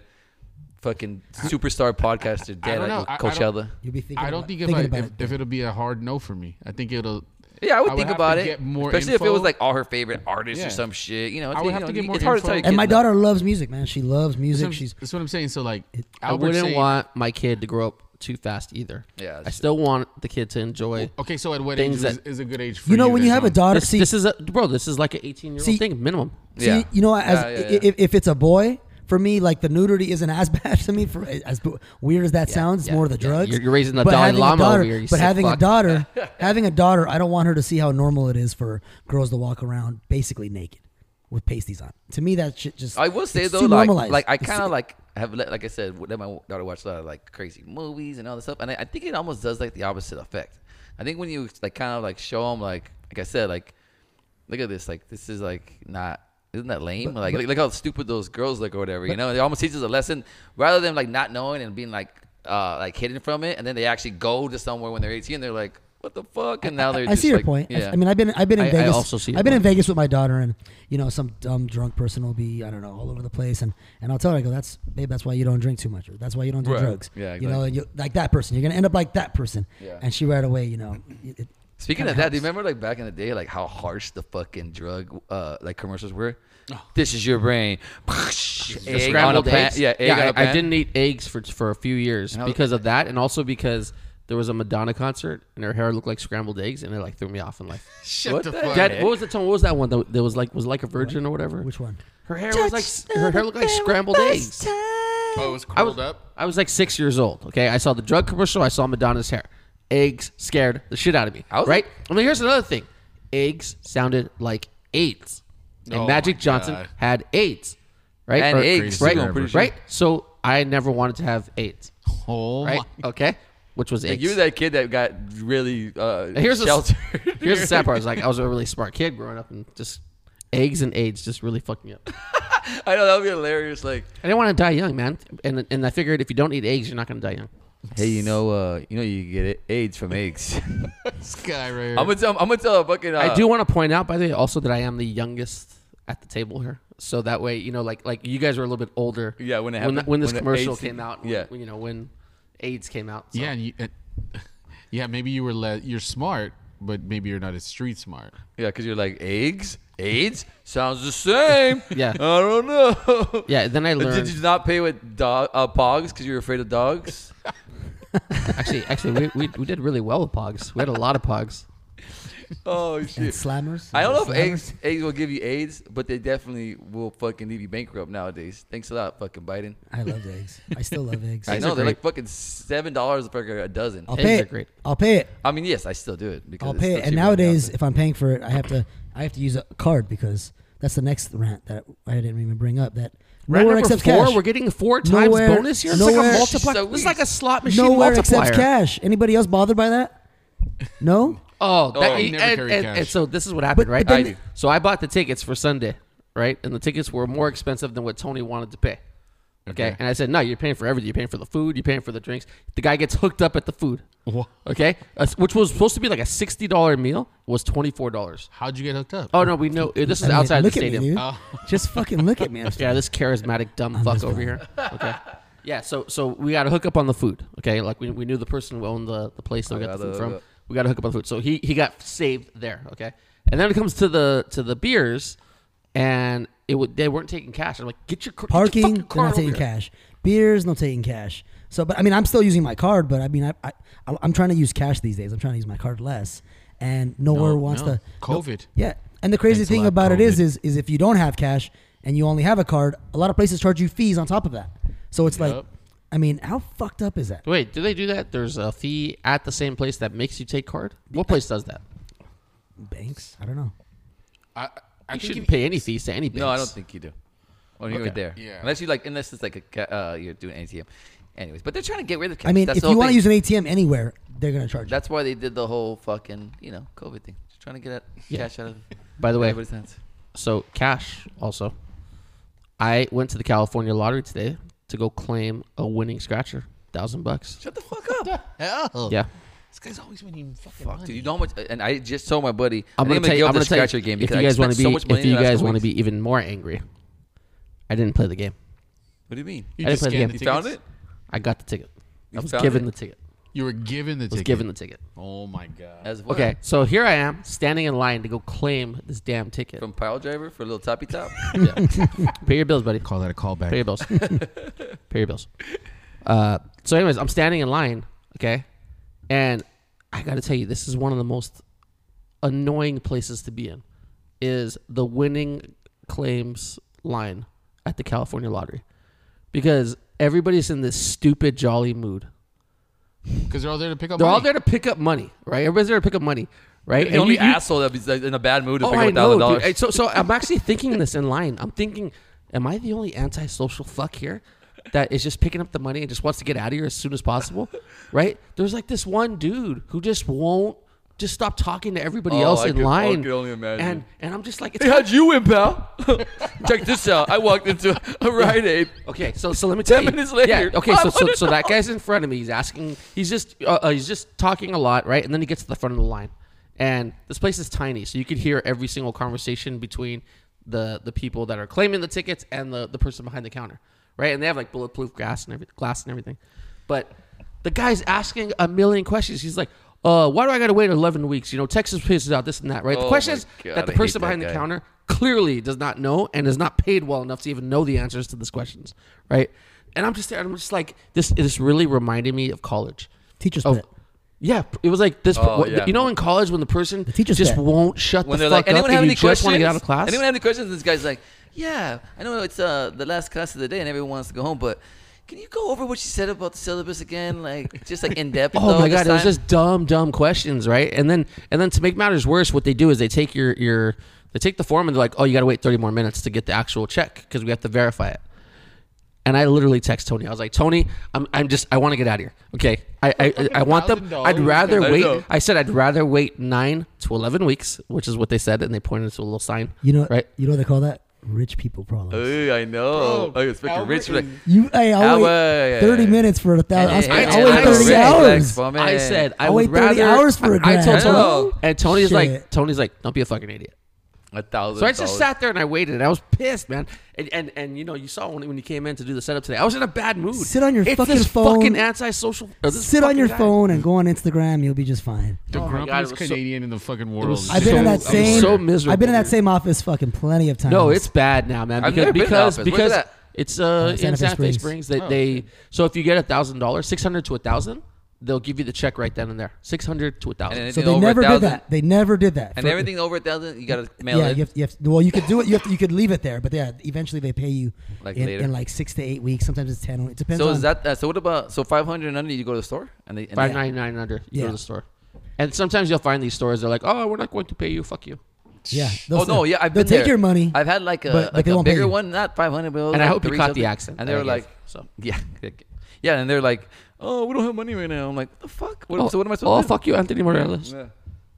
B: Fucking superstar podcaster dead
E: don't
B: at
E: know. I- I don't-
B: Coachella.
C: You'll be thinking.
E: I don't
C: about,
E: think if,
C: thinking about
E: I, if,
C: it.
E: if it'll be a hard no for me. I think it'll.
B: Yeah, I would
E: I would
B: think
E: have to
B: about it,
E: get more
B: especially if it
E: info.
B: was like all her favorite artists
E: Yeah.
B: or some shit. You know, it's,
E: I would
B: you
E: have to
B: know,
E: get
B: you-
E: more
B: it's hard to tell
E: info.
B: your
C: and my
B: kids now.
C: daughter loves music, man. She loves music.
E: That's
C: She's
E: what, I'm saying. So like,
D: I
E: Albert
D: wouldn't
E: saying-
D: want my kid to grow up too fast either.
B: Yeah, that's
D: I
B: true.
D: still want the kid to enjoy.
E: Oh, Okay, so at what age
D: Things
E: is,
D: that-
E: is a good age for
C: you know when you have a
E: daughter?
C: daughter.
D: This,
C: see,
D: this is a bro. This is like an 18 year
C: See-
D: old thing minimum.
C: see,
B: Yeah.
C: you know, as
B: Yeah, yeah, yeah.
C: If, if it's a boy. For me, like the nudity isn't as bad to me. For as b- weird as that sounds, it's
D: yeah,
C: more the
D: yeah.
C: drugs.
D: You're- you're raising the
C: But
D: Dalai
C: having a
D: Lama over
C: daughter-
D: here, you
C: But
D: sick
C: having a
D: fuck.
C: daughter, having a daughter, I don't want her to see how normal it is for girls to walk around basically naked with pasties on. To me, that shit just
B: I will say
C: it's
B: though,
C: too
B: like,
C: normalized.
B: like I
C: It's-
B: kind of like have let, like I said, let my daughter watch a lot of like crazy movies and all this stuff, and I, I think it almost does like the opposite effect. I think when you like kind of like show them like like I said like look at this like this is like not isn't that lame like look, look how stupid those girls look or whatever you know it almost teaches a lesson rather than like not knowing and being like uh like hidden from it and then they actually go to somewhere when they're 18 they're like what the fuck and now they're
C: I
B: just
C: see your
B: like-
C: point. I-
B: yeah
C: I mean, I've been I've been in
D: I- I
C: Vegas.
D: also see your
C: I've been in
D: point.
C: Vegas with my daughter, and you know, some dumb drunk person will be I don't know all over the place, and and I'll tell her I go, that's babe, that's why you don't drink too much, or that's why you don't do
B: Right.
C: drugs.
B: Yeah,
C: you know,
B: exactly.
C: you, like that person, you're gonna end up like that person.
B: Yeah.
C: And she right away, you know, it, it-
B: Speaking
C: kinda
B: of that, do you
C: helps.
B: remember like back in the day, like how harsh the fucking drug uh like commercials were? This is your brain.
D: The
B: Egg on a
D: Oh. scrambled
B: pan.
D: eggs.
B: Yeah, egg
D: yeah.
B: on
D: I,
B: a
D: I
B: pan.
D: didn't eat eggs for for a few years
B: And I was-
D: because of that, and also because there was a Madonna concert and her hair looked like scrambled eggs, and it like threw me off in life.
E: Shut
B: What
E: the
B: the
E: fuck.
B: heck?
D: That, what was the time? What was that one that, that was like was like a virgin or whatever?
C: which one?
D: Her hair was like her hair looked like scrambled eggs.
E: Oh, it was
D: I was
E: curled up.
D: I was like six years old. Okay, I saw the drug commercial. I saw Madonna's hair. Eggs scared the shit out of me.
B: I was-
D: right? I mean, here's another thing. Eggs sounded like AIDS, and
E: Oh
D: Magic
E: my
D: Johnson
E: God.
D: had AIDS, right?
B: And
D: Or-
B: eggs,
E: too,
D: right?
E: I'm pretty
B: sure.
D: Right? So I never wanted to have AIDS,
E: Oh,
D: right? Okay, which was
B: Like,
D: AIDS.
B: you were that kid that got really uh
D: And here's
B: sheltered.
D: the here's the sad part. Is like I was a really smart kid growing up, and just eggs and AIDS just really fucked me up.
B: I know that would be hilarious. Like,
D: I didn't want to die young, man. And and I figured if you don't eat eggs, you're not gonna die young.
B: hey, you know, uh you know, you get it, AIDS from eggs. I'm
E: this guy right here.
B: gonna tell. I'm gonna tell a fucking. Uh,
D: I do want to point out, by the way, also that I am the youngest at the table here. So that way, you know, like like you guys were a little bit older.
B: Yeah, when it
D: When,
B: happened-
D: when this
B: when the
D: commercial
B: AIDS-
D: came out.
B: yeah.
D: Yeah. When, you know, when AIDS came out. so-
E: yeah, and you, and, yeah. Maybe you were le- you're smart, but maybe you're not as street smart.
B: Yeah, because you're like eggs. AIDS sounds the same.
D: Yeah.
B: I don't know.
D: Yeah. Then I
B: Did
D: learned.
B: you not pay with dog uh, pogs because you were afraid of dogs?
D: actually, actually, we, we, we did really well with pogs. We had a lot of pogs.
B: oh
C: And
B: shit.
C: slammers.
B: I don't know if
C: Slammers?
B: eggs, eggs will give you AIDS, but they definitely will fucking leave you bankrupt nowadays. Thanks a lot, fucking Biden.
C: I love eggs. I still love eggs.
B: I
D: Eggs
B: know
D: are
B: they're
D: great.
B: like fucking seven dollars per a dozen.
C: I'll
D: eggs
C: pay
D: are
C: it.
D: great.
C: I'll pay it.
B: I mean, yes, I still do it because
C: I'll
B: it's
C: pay
B: still
C: it. And
B: cheaper than
C: nowadays,
B: outside.
C: if I'm paying for it, I have to I have to use a card because that's the next rant that I didn't even bring up. That
D: Round
C: nowhere
D: number
C: accepts
D: four,
C: cash.
D: We're getting four times
C: Nowhere-
D: bonus here. It's like
C: nowhere-
D: a multiplier.
B: So
D: it's
B: weak.
D: like a slot machine
C: Nowhere
D: multiplier.
C: accepts cash. Anybody else bothered by that? No.
D: Oh, that,
B: Oh.
E: You never
D: and,
E: carry
D: and-
E: cash.
D: and so this is what happened,
C: But-
D: right?
C: but then-
B: I do.
D: So I bought the tickets for Sunday, right? And the tickets were more expensive than what Tony wanted to pay. Okay.
E: Okay.
D: And I said, no, you're paying for everything. You're paying for the food. You're paying for the drinks. The guy gets hooked up at the food.
E: Wha-
D: Okay. Uh, which was supposed to be like a sixty dollar meal was twenty four dollars.
E: How'd you get hooked up?
D: Oh no, we know this
C: I
D: is
C: mean,
D: outside
C: look
D: the
C: at me,
D: stadium.
C: dude. Just fucking look at me. I'm
D: Yeah, this charismatic dumb fuck over here. Okay. Yeah, so so we got to hook up on the food. Okay, like we, we knew the person who owned the, the place that we
B: I
D: got the
B: gotta-
D: food from.
B: I got-
D: We got to hook up on the food. So he he got saved there. Okay, and then it comes to the to the beers, and it would they weren't taking cash. I'm like, get your car- get your
C: Parking,
D: fucking
C: they're
D: car
C: not
D: over
C: taking
D: here.
C: cash. Beers, no taking cash. So, but I mean, I'm still using my card, but I mean, I, I I'm trying to use cash these days. I'm trying to use my card less, and nowhere
E: No,
C: wants
E: no.
C: to.
E: COVID.
C: Yeah, and the crazy
E: Thanks a
C: thing
E: lot,
C: about it is,
E: COVID.
C: is, is if you don't have cash and you only have a card, a lot of places charge you fees on top of that. So it's like,
E: Yup.
C: I mean, how fucked up is that?
D: Wait, do they do that? There's a fee at the same place that makes you take card. What place does that?
C: Banks? I don't know.
E: I, I
D: You
E: think
D: shouldn't
E: if-
D: pay any fees to any banks.
B: No, I don't think you do. Oh, you're
D: Okay.
B: there.
E: Yeah.
B: Unless you like, unless it's like a ca- uh, you're doing ATM. Anyways, but they're trying to get rid of cash.
C: I mean,
B: That's
C: if
B: the whole
C: you want to
B: thing.
C: use an ATM anywhere, they're gonna charge. you.
B: That's why they did the whole fucking, you know, COVID thing. Trying to get that
D: Yeah.
B: cash out of
D: By the way,
B: everybody's hands.
D: so cash also. I went to the California lottery today to go claim a winning scratcher, thousand bucks.
B: Shut the fuck up.
E: Hell.
D: Yeah,
E: This guy's always winning fucking
B: Fuck,
E: money.
B: dude. You know how much? And I just told my buddy.
D: I'm
B: I
D: gonna
B: think
D: tell
B: give
D: you.
B: up
D: I'm
B: the
D: gonna tell
B: scratcher
D: you
B: game
D: if
B: because
D: you guys
B: want to
D: be,
B: so much money
D: if
B: in
D: you
B: the last
D: guys
B: couple
D: want to
B: weeks.
D: be even more angry, I didn't play the game.
B: What do you mean?
E: You
D: I didn't
E: just
D: play the
E: scanned
D: game.
B: You
E: the
B: found
E: tickets?
B: it?
D: I got the ticket.
B: You
D: I was
B: found
D: given
B: it?
D: the ticket.
E: You were given the
D: Was
E: ticket.
D: given the ticket.
E: Oh my god.
B: As well.
D: Okay, so here I am standing in line to go claim this damn ticket.
B: From pile driver for a little toppy top.
D: Pay your bills, buddy.
E: Call that a callback.
D: Pay your bills. Pay your bills. Uh, so, anyways, I'm standing in line, okay? And I got to tell you, this is one of the most annoying places to be in is the winning claims line at the California lottery. Because everybody's in this stupid jolly mood.
E: Because they're all there to pick up.
D: They're all
E: money.
D: there to pick up money, right? Everybody's there to pick up money, right?
B: the
D: And
B: only
D: you- you-
B: asshole that is in a bad mood to
D: Oh,
B: pick
D: I
B: up
D: know,
B: thousand
D: dude. Hey,
B: dollars.
D: So, so I'm actually thinking this in line. I'm thinking, am I the only antisocial fuck here that is just picking up the money and just wants to get out of here as soon as possible? Right? There's like this one dude who just won't just stop talking to everybody
B: Oh,
D: else
B: I
D: in
B: could- I
D: line.
B: could only imagine.
D: And and I'm just like, it's
B: Hey, how'd you win, pal? Check this out. I walked into a Rite Aid.
D: Okay, so so let me
B: Ten
D: tell you.
B: minutes later,
D: Yeah, okay, so, so
B: $500.
D: so that guy's in front of me. He's asking. He's just uh, uh, he's just talking a lot, right? And then he gets to the front of the line, and this place is tiny, so you could hear every single conversation between the the people that are claiming the tickets and the the person behind the counter, right? And they have like bulletproof glass and every, glass and everything, but the guy's asking a million questions. He's like. Uh, why do I gotta wait 11 weeks? You know, Texas pays out this and that, right? The
B: Oh
D: question
B: my
D: is
B: God,
D: that the
B: I hate
D: person
B: that
D: behind the
B: guy.
D: counter clearly does not know and is not paid well enough to even know the answers to these questions, right? And I'm just there. and I'm just like this. This really reminded me of college.
C: Teacher's
D: Of,
C: pet.
D: yeah, it was like this.
B: Oh, yeah.
D: You know, in college when the person
C: teacher's
D: just
C: pet.
D: won't shut
B: When
D: the
B: they're
D: fuck
B: like,
D: up.
B: anyone
D: and
B: have
D: you
B: any
D: just
B: questions?
D: want to get out of class.
B: Anyone have any questions? This guy's like, yeah, I know it's uh, the last class of the day and everyone wants to go home, but can you go over what she said about the syllabus again? Like, just like in depth.
D: Oh
B: though,
D: my
B: this
D: god, it was
B: time?
D: just dumb, dumb questions, right? And then and then to make matters worse, what they do is they take your your they take the form and they're like, oh, you got to wait thirty more minutes to get the actual check because we have to verify it. And I literally text Tony. I was like, Tony, I'm, I'm just I want to get out of here. Okay, I I, I, I want them. I'd
E: $1,000.
D: rather
B: I know.
D: wait. I said I'd rather wait nine to eleven weeks, which is what they said, and they pointed to a little sign.
C: You know,
D: right?
C: You know what they call that? Rich people problems.
B: Hey, I know.
E: Bro,
B: I was freaking
E: Albert
B: rich. Like,
E: is-
C: You, hey, I'll
B: Hour, yeah.
C: wait thirty minutes for a thousand. I'll,
B: And-
C: spend-
B: and-
C: I'll
B: and
C: wait
B: I was
C: thirty
B: rich,
C: hours.
B: like,
D: I said I
C: I'll
D: would
C: wait 30
D: rather
C: hours for a
D: I, I told
B: grand. I know.
D: Tony, and Tony's like
C: Shit.
D: Tony's like, don't be a fucking idiot.
B: a thousand.
D: So I just
B: dollars.
D: sat there and I waited. I was pissed, man. And and, and you know, you saw when, when you came in to do the setup today. I was in a bad mood.
C: Sit on your
D: it's
C: fucking
D: this
C: phone.
D: Fucking antisocial. or this
C: Sit on
D: fucking
C: your
D: guy.
C: phone and go on Instagram. You'll be just fine.
E: The
D: Oh my God,
E: grumpiest
D: it was so-
E: Canadian in the fucking world.
D: was
C: I've been in
D: So-
C: that
D: I'm
C: same.
D: so miserable,
C: I've been in that
D: dude.
C: same office fucking plenty of times.
D: No, it's bad now, man.
B: I've
D: Because
B: never been to
D: because
B: the office. Where's
D: because
B: it at? Oh.
D: it's uh,
C: Oh, Santa
D: in
C: Fe
D: Santa Fe
C: Springs.
D: Springs. That they so if you get a thousand dollars, six hundred to a thousand, they'll give you the check right then and there. Six hundred to a
B: And
D: thousand.
C: so
B: anything
C: they
B: over
C: never
B: a
C: did
B: thousand.
C: that. They never did that.
B: And
C: For-
B: everything over a thousand, you gotta mail
C: Yeah,
B: it.
C: you have, you have, well, you could do it. You have to, you could leave it there, but yeah, eventually they pay you
B: Like
C: in,
B: later.
C: in like six to eight weeks. Sometimes it's ten. It depends.
B: so
C: on,
B: is that? Uh, so what about? So five hundred and under, you go to the store and they. And
D: Five
B: they-
D: ninety nine under. You go
C: Yeah.
D: to the store, and sometimes you'll find these stores. They're like, oh, we're not going to pay you. Fuck you.
C: Yeah.
B: Oh
C: they'll-
B: no! Yeah, I've
C: they'll
B: been
C: take
B: there.
C: your money.
B: I've had like a
C: but- but
B: like
C: they
B: a
C: won't pay
B: bigger
C: you.
B: one, not five hundred, but it was
D: And I
B: like
D: hope you
B: three
D: caught the
B: something.
D: accent
B: And
D: that
B: they were
D: I gave,
B: like,
D: so.
B: yeah, yeah, and they're like, oh, we don't have money right now. I'm like, the fuck? What,
D: oh,
B: so what am I
D: Oh,
B: supposed to do?
D: fuck you, Anthony Morales.
B: Yeah.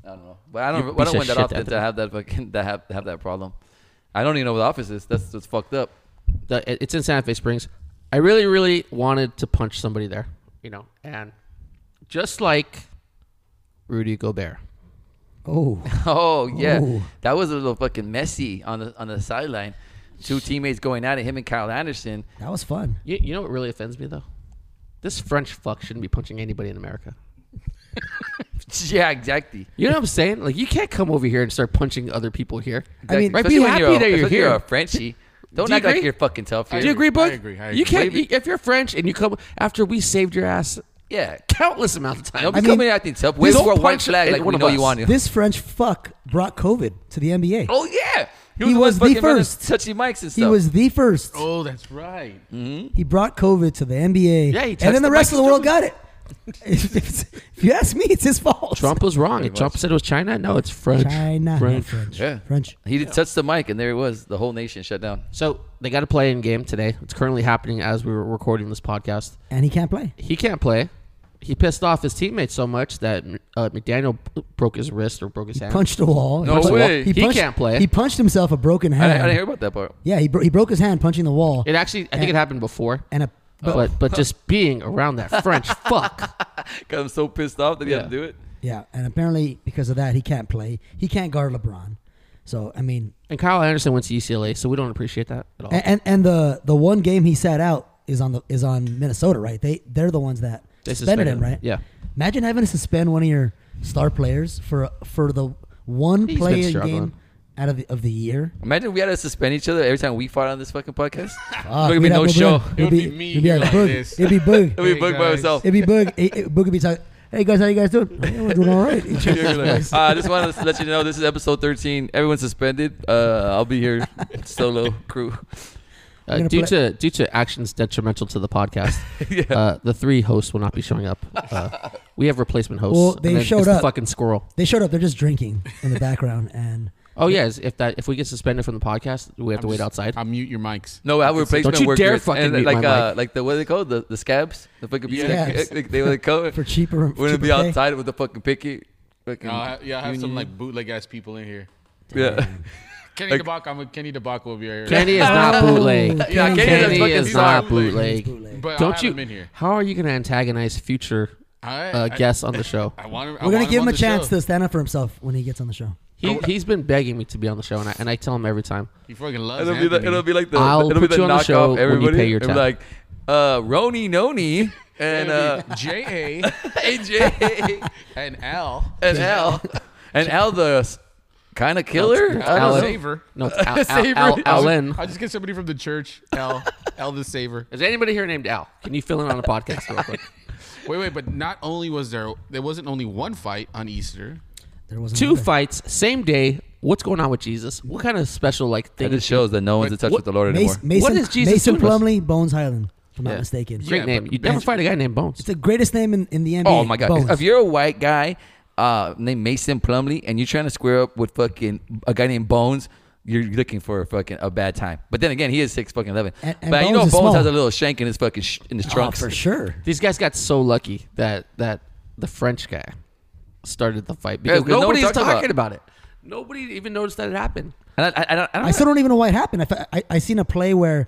B: I don't know, but I
D: You
B: don't. I
D: piece
B: don't
D: of
B: win that
D: shit,
B: often to
D: Anthony.
B: have that fucking that have have that problem. I don't even know what the office is. That's that's fucked up.
D: the, it- it's in Santa Fe Springs. I really, really wanted to punch somebody there, you know, and just like Rudy Gobert,
C: Oh,
B: Oh yeah,
C: Ooh.
B: that was a little fucking messy on the on the sideline. Two teammates going at it, him and Kyle Anderson.
C: that was fun.
D: you, you know what really offends me though? This French fuck shouldn't be punching anybody in America.
B: Yeah, exactly.
D: You know what I'm saying? Like, you can't come over here and start punching other people here.
C: I mean,
D: right?
B: Especially
D: Be
B: when
D: happy
B: you're a-
D: that you're
B: especially
D: here.
B: a Frenchie. Don't
D: Do you
B: act like
D: agree?
B: you're fucking tough here.
D: Do you agree, bud?
E: I agree, I
D: You
E: agree.
D: can't. You, if you're French and you come after we saved your ass
B: Yeah.
D: countless amount of times,
B: Don't be
C: I mean,
B: coming acting tough. We
D: this
B: score one
D: punch
B: flag
D: ain't
B: like we
D: one of
B: know you
D: us.
B: want to.
C: This French fuck brought COVID to the NBA.
B: Oh yeah,
C: He
B: the
C: was
B: one
C: the
B: fucking running
C: first.
B: touchy mics and stuff.
C: he was the first.
E: Oh, that's right.
C: He brought COVID to the NBA.
D: Yeah, he
C: and
D: touched
C: then
D: the
C: the rest of the
D: Michael
C: world got it. if, if you ask me, it's his fault.
D: Trump was wrong. If Trump said it was China, no, it's French.
C: China, French,
D: French.
C: French.
B: Yeah.
C: French.
B: He did touch the mic, and there it was. The whole nation shut down.
D: So they got to play in game today. It's currently happening as we were recording this podcast.
C: And he can't play.
D: He can't play. he pissed off his teammates so much that uh, McDaniel b- broke his wrist or broke his hand.
C: Punched a wall.
B: No
C: punched a
B: way.
D: He
C: punched-
D: can't play.
C: He punched himself a broken
B: I
C: hand.
B: didn't, I didn't hear about that part.
C: Yeah, he, bro- he broke his hand punching the wall.
D: It actually, I think it happened before.
C: and a but,
D: but but just being around that French fuck.
B: Because I'm so pissed off that he had to
D: Yeah.
B: do it.
C: yeah, and apparently because of that he can't play. He can't guard LeBron. So I mean,
D: And Kyle Anderson went to UCLA, so we don't appreciate that at all.
C: and and, and the the one game he sat out is on the is on Minnesota, right? They they're the ones that
D: They
C: suspended
D: suspended
C: him,
D: him,
C: right?
D: yeah.
C: Imagine having to suspend one of your star players for for the one
D: He's been
C: play game
D: struggling.
C: out of the, of the year.
B: Imagine we had to suspend each other every time we fought on this fucking podcast.
C: Fuck,
B: Look at
C: we'd
B: me,
C: Ah, have
B: no show.
C: Boog-
E: It would
C: it'd
E: be me
C: it'd be
E: here
C: like
E: like
C: Boog.
E: this.
C: It'd be Boog.
B: It'd be
E: Hey,
B: Boog by
E: guys.
B: himself.
C: It'd be Boog. It- it- Boog would be talking. Hey guys, how you guys doing? "Hey, We're doing all right. It's just-
B: You're gonna- Uh, I just want to let you know this is episode 13. Everyone's suspended. Uh, I'll be here solo crew.
D: Uh,
C: gonna
D: due
C: play-
D: to due to actions detrimental to the podcast,
B: Yeah.
D: uh, the three hosts will not be showing up. Uh, we have replacement hosts.
C: Well,
D: and
C: they
D: then
C: showed
D: it's
C: up.
D: The fucking squirrel.
C: They showed up. They're just drinking in the background, and
D: Oh yeah, is- if that if we get suspended from the podcast, we have to wait outside.
E: I'll mute your mics.
B: No, our replacement
D: Don't you
B: workers
D: dare fucking
B: and
D: mute
B: like
D: my
B: uh,
D: mic.
B: like the what are they called the the scabs the fucking people that-
C: Scabs.
B: like, they would come
C: for cheaper.
B: we're gonna
C: cheaper
B: be
C: pay.
B: outside with the fucking picket. Fucking,
E: No, I, yeah, I have some
B: union.
E: like bootleg ass people in here.
B: yeah.
E: Kenny
B: Like-
E: DeBac, I'm a Kenny DeBac over here.
D: Kenny is not
C: Oh,
D: bootleg.
B: Yeah, Kenny is
D: Kenny
B: fucking
D: is
B: not
D: not bootleg.
C: bootleg.
E: but I'll
D: Don't
E: have
D: you?
E: him in here?
D: How are you gonna antagonize future
E: I,
D: uh,
E: I-
D: guests on the show?
E: I want him. I
C: We're gonna
E: want
C: give
E: on
C: him a
E: the
C: chance
E: show.
C: to stand up for himself when he gets on the show.
D: He he's been begging me to be on the show, and I and I tell him every time.
E: He fucking loves
B: It'll be the,
E: Anthony.
B: it'll be like the
D: I'll
B: it'll be
D: put
B: the
D: you on the
B: knockoff
D: show when you
B: everybody.
D: pay your
B: It'll be
D: tab.
B: like uh, Roni Noni and uh,
E: J A
B: AJ
E: and Al.
B: and Al and Al the s- kind of killer. I
E: Al
B: don't
E: the
D: Alan-
B: know.
E: Saver.
D: No, it's Al, Al,
B: Savory.
D: Al, Allen.
E: I just get somebody from the church. Al. Al the Saver.
D: Is anybody here named Al? Can you fill in on the podcast real quick?
E: Wait, wait, but not only was there there wasn't only one fight on Easter.
C: There wasn't
D: Two
C: another.
D: fights, same day. What's going on with Jesus? What kind of special like
B: That
D: thing?
B: just shows that no one's in touch
D: what-
B: with the Lord anymore.
C: Mason, Mason,
D: What is Jesus
C: Mason
D: doing to us?
C: Plumley, Bones Highland, if I'm not
B: Yeah.
C: mistaken.
D: Great
E: Yeah,
D: name.
E: but-
D: You never find a guy named Bones.
C: It's the greatest name in, in the NBA.
B: Oh my god!
C: Bones.
B: If you're a white guy uh, named Mason Plumley and you're trying to square up with fucking a guy named Bones, you're looking for a fucking a bad time. But then again, he is six fucking eleven.
C: And- and
B: but you
C: Bones
B: know, Bones
C: is small.
B: has a little shank in his fucking sh- in his
C: oh,
B: trunks.
C: for sure.
D: These guys got so lucky that that the French guy started the fight
B: Yeah,
D: because
B: 'cause no one
D: nobody's
B: talked about it.
D: talking about it. Nobody even noticed that it happened.
B: And I, I, I don't, I don't
C: I still don't even know why it happened. I, fe- I, I seen a play where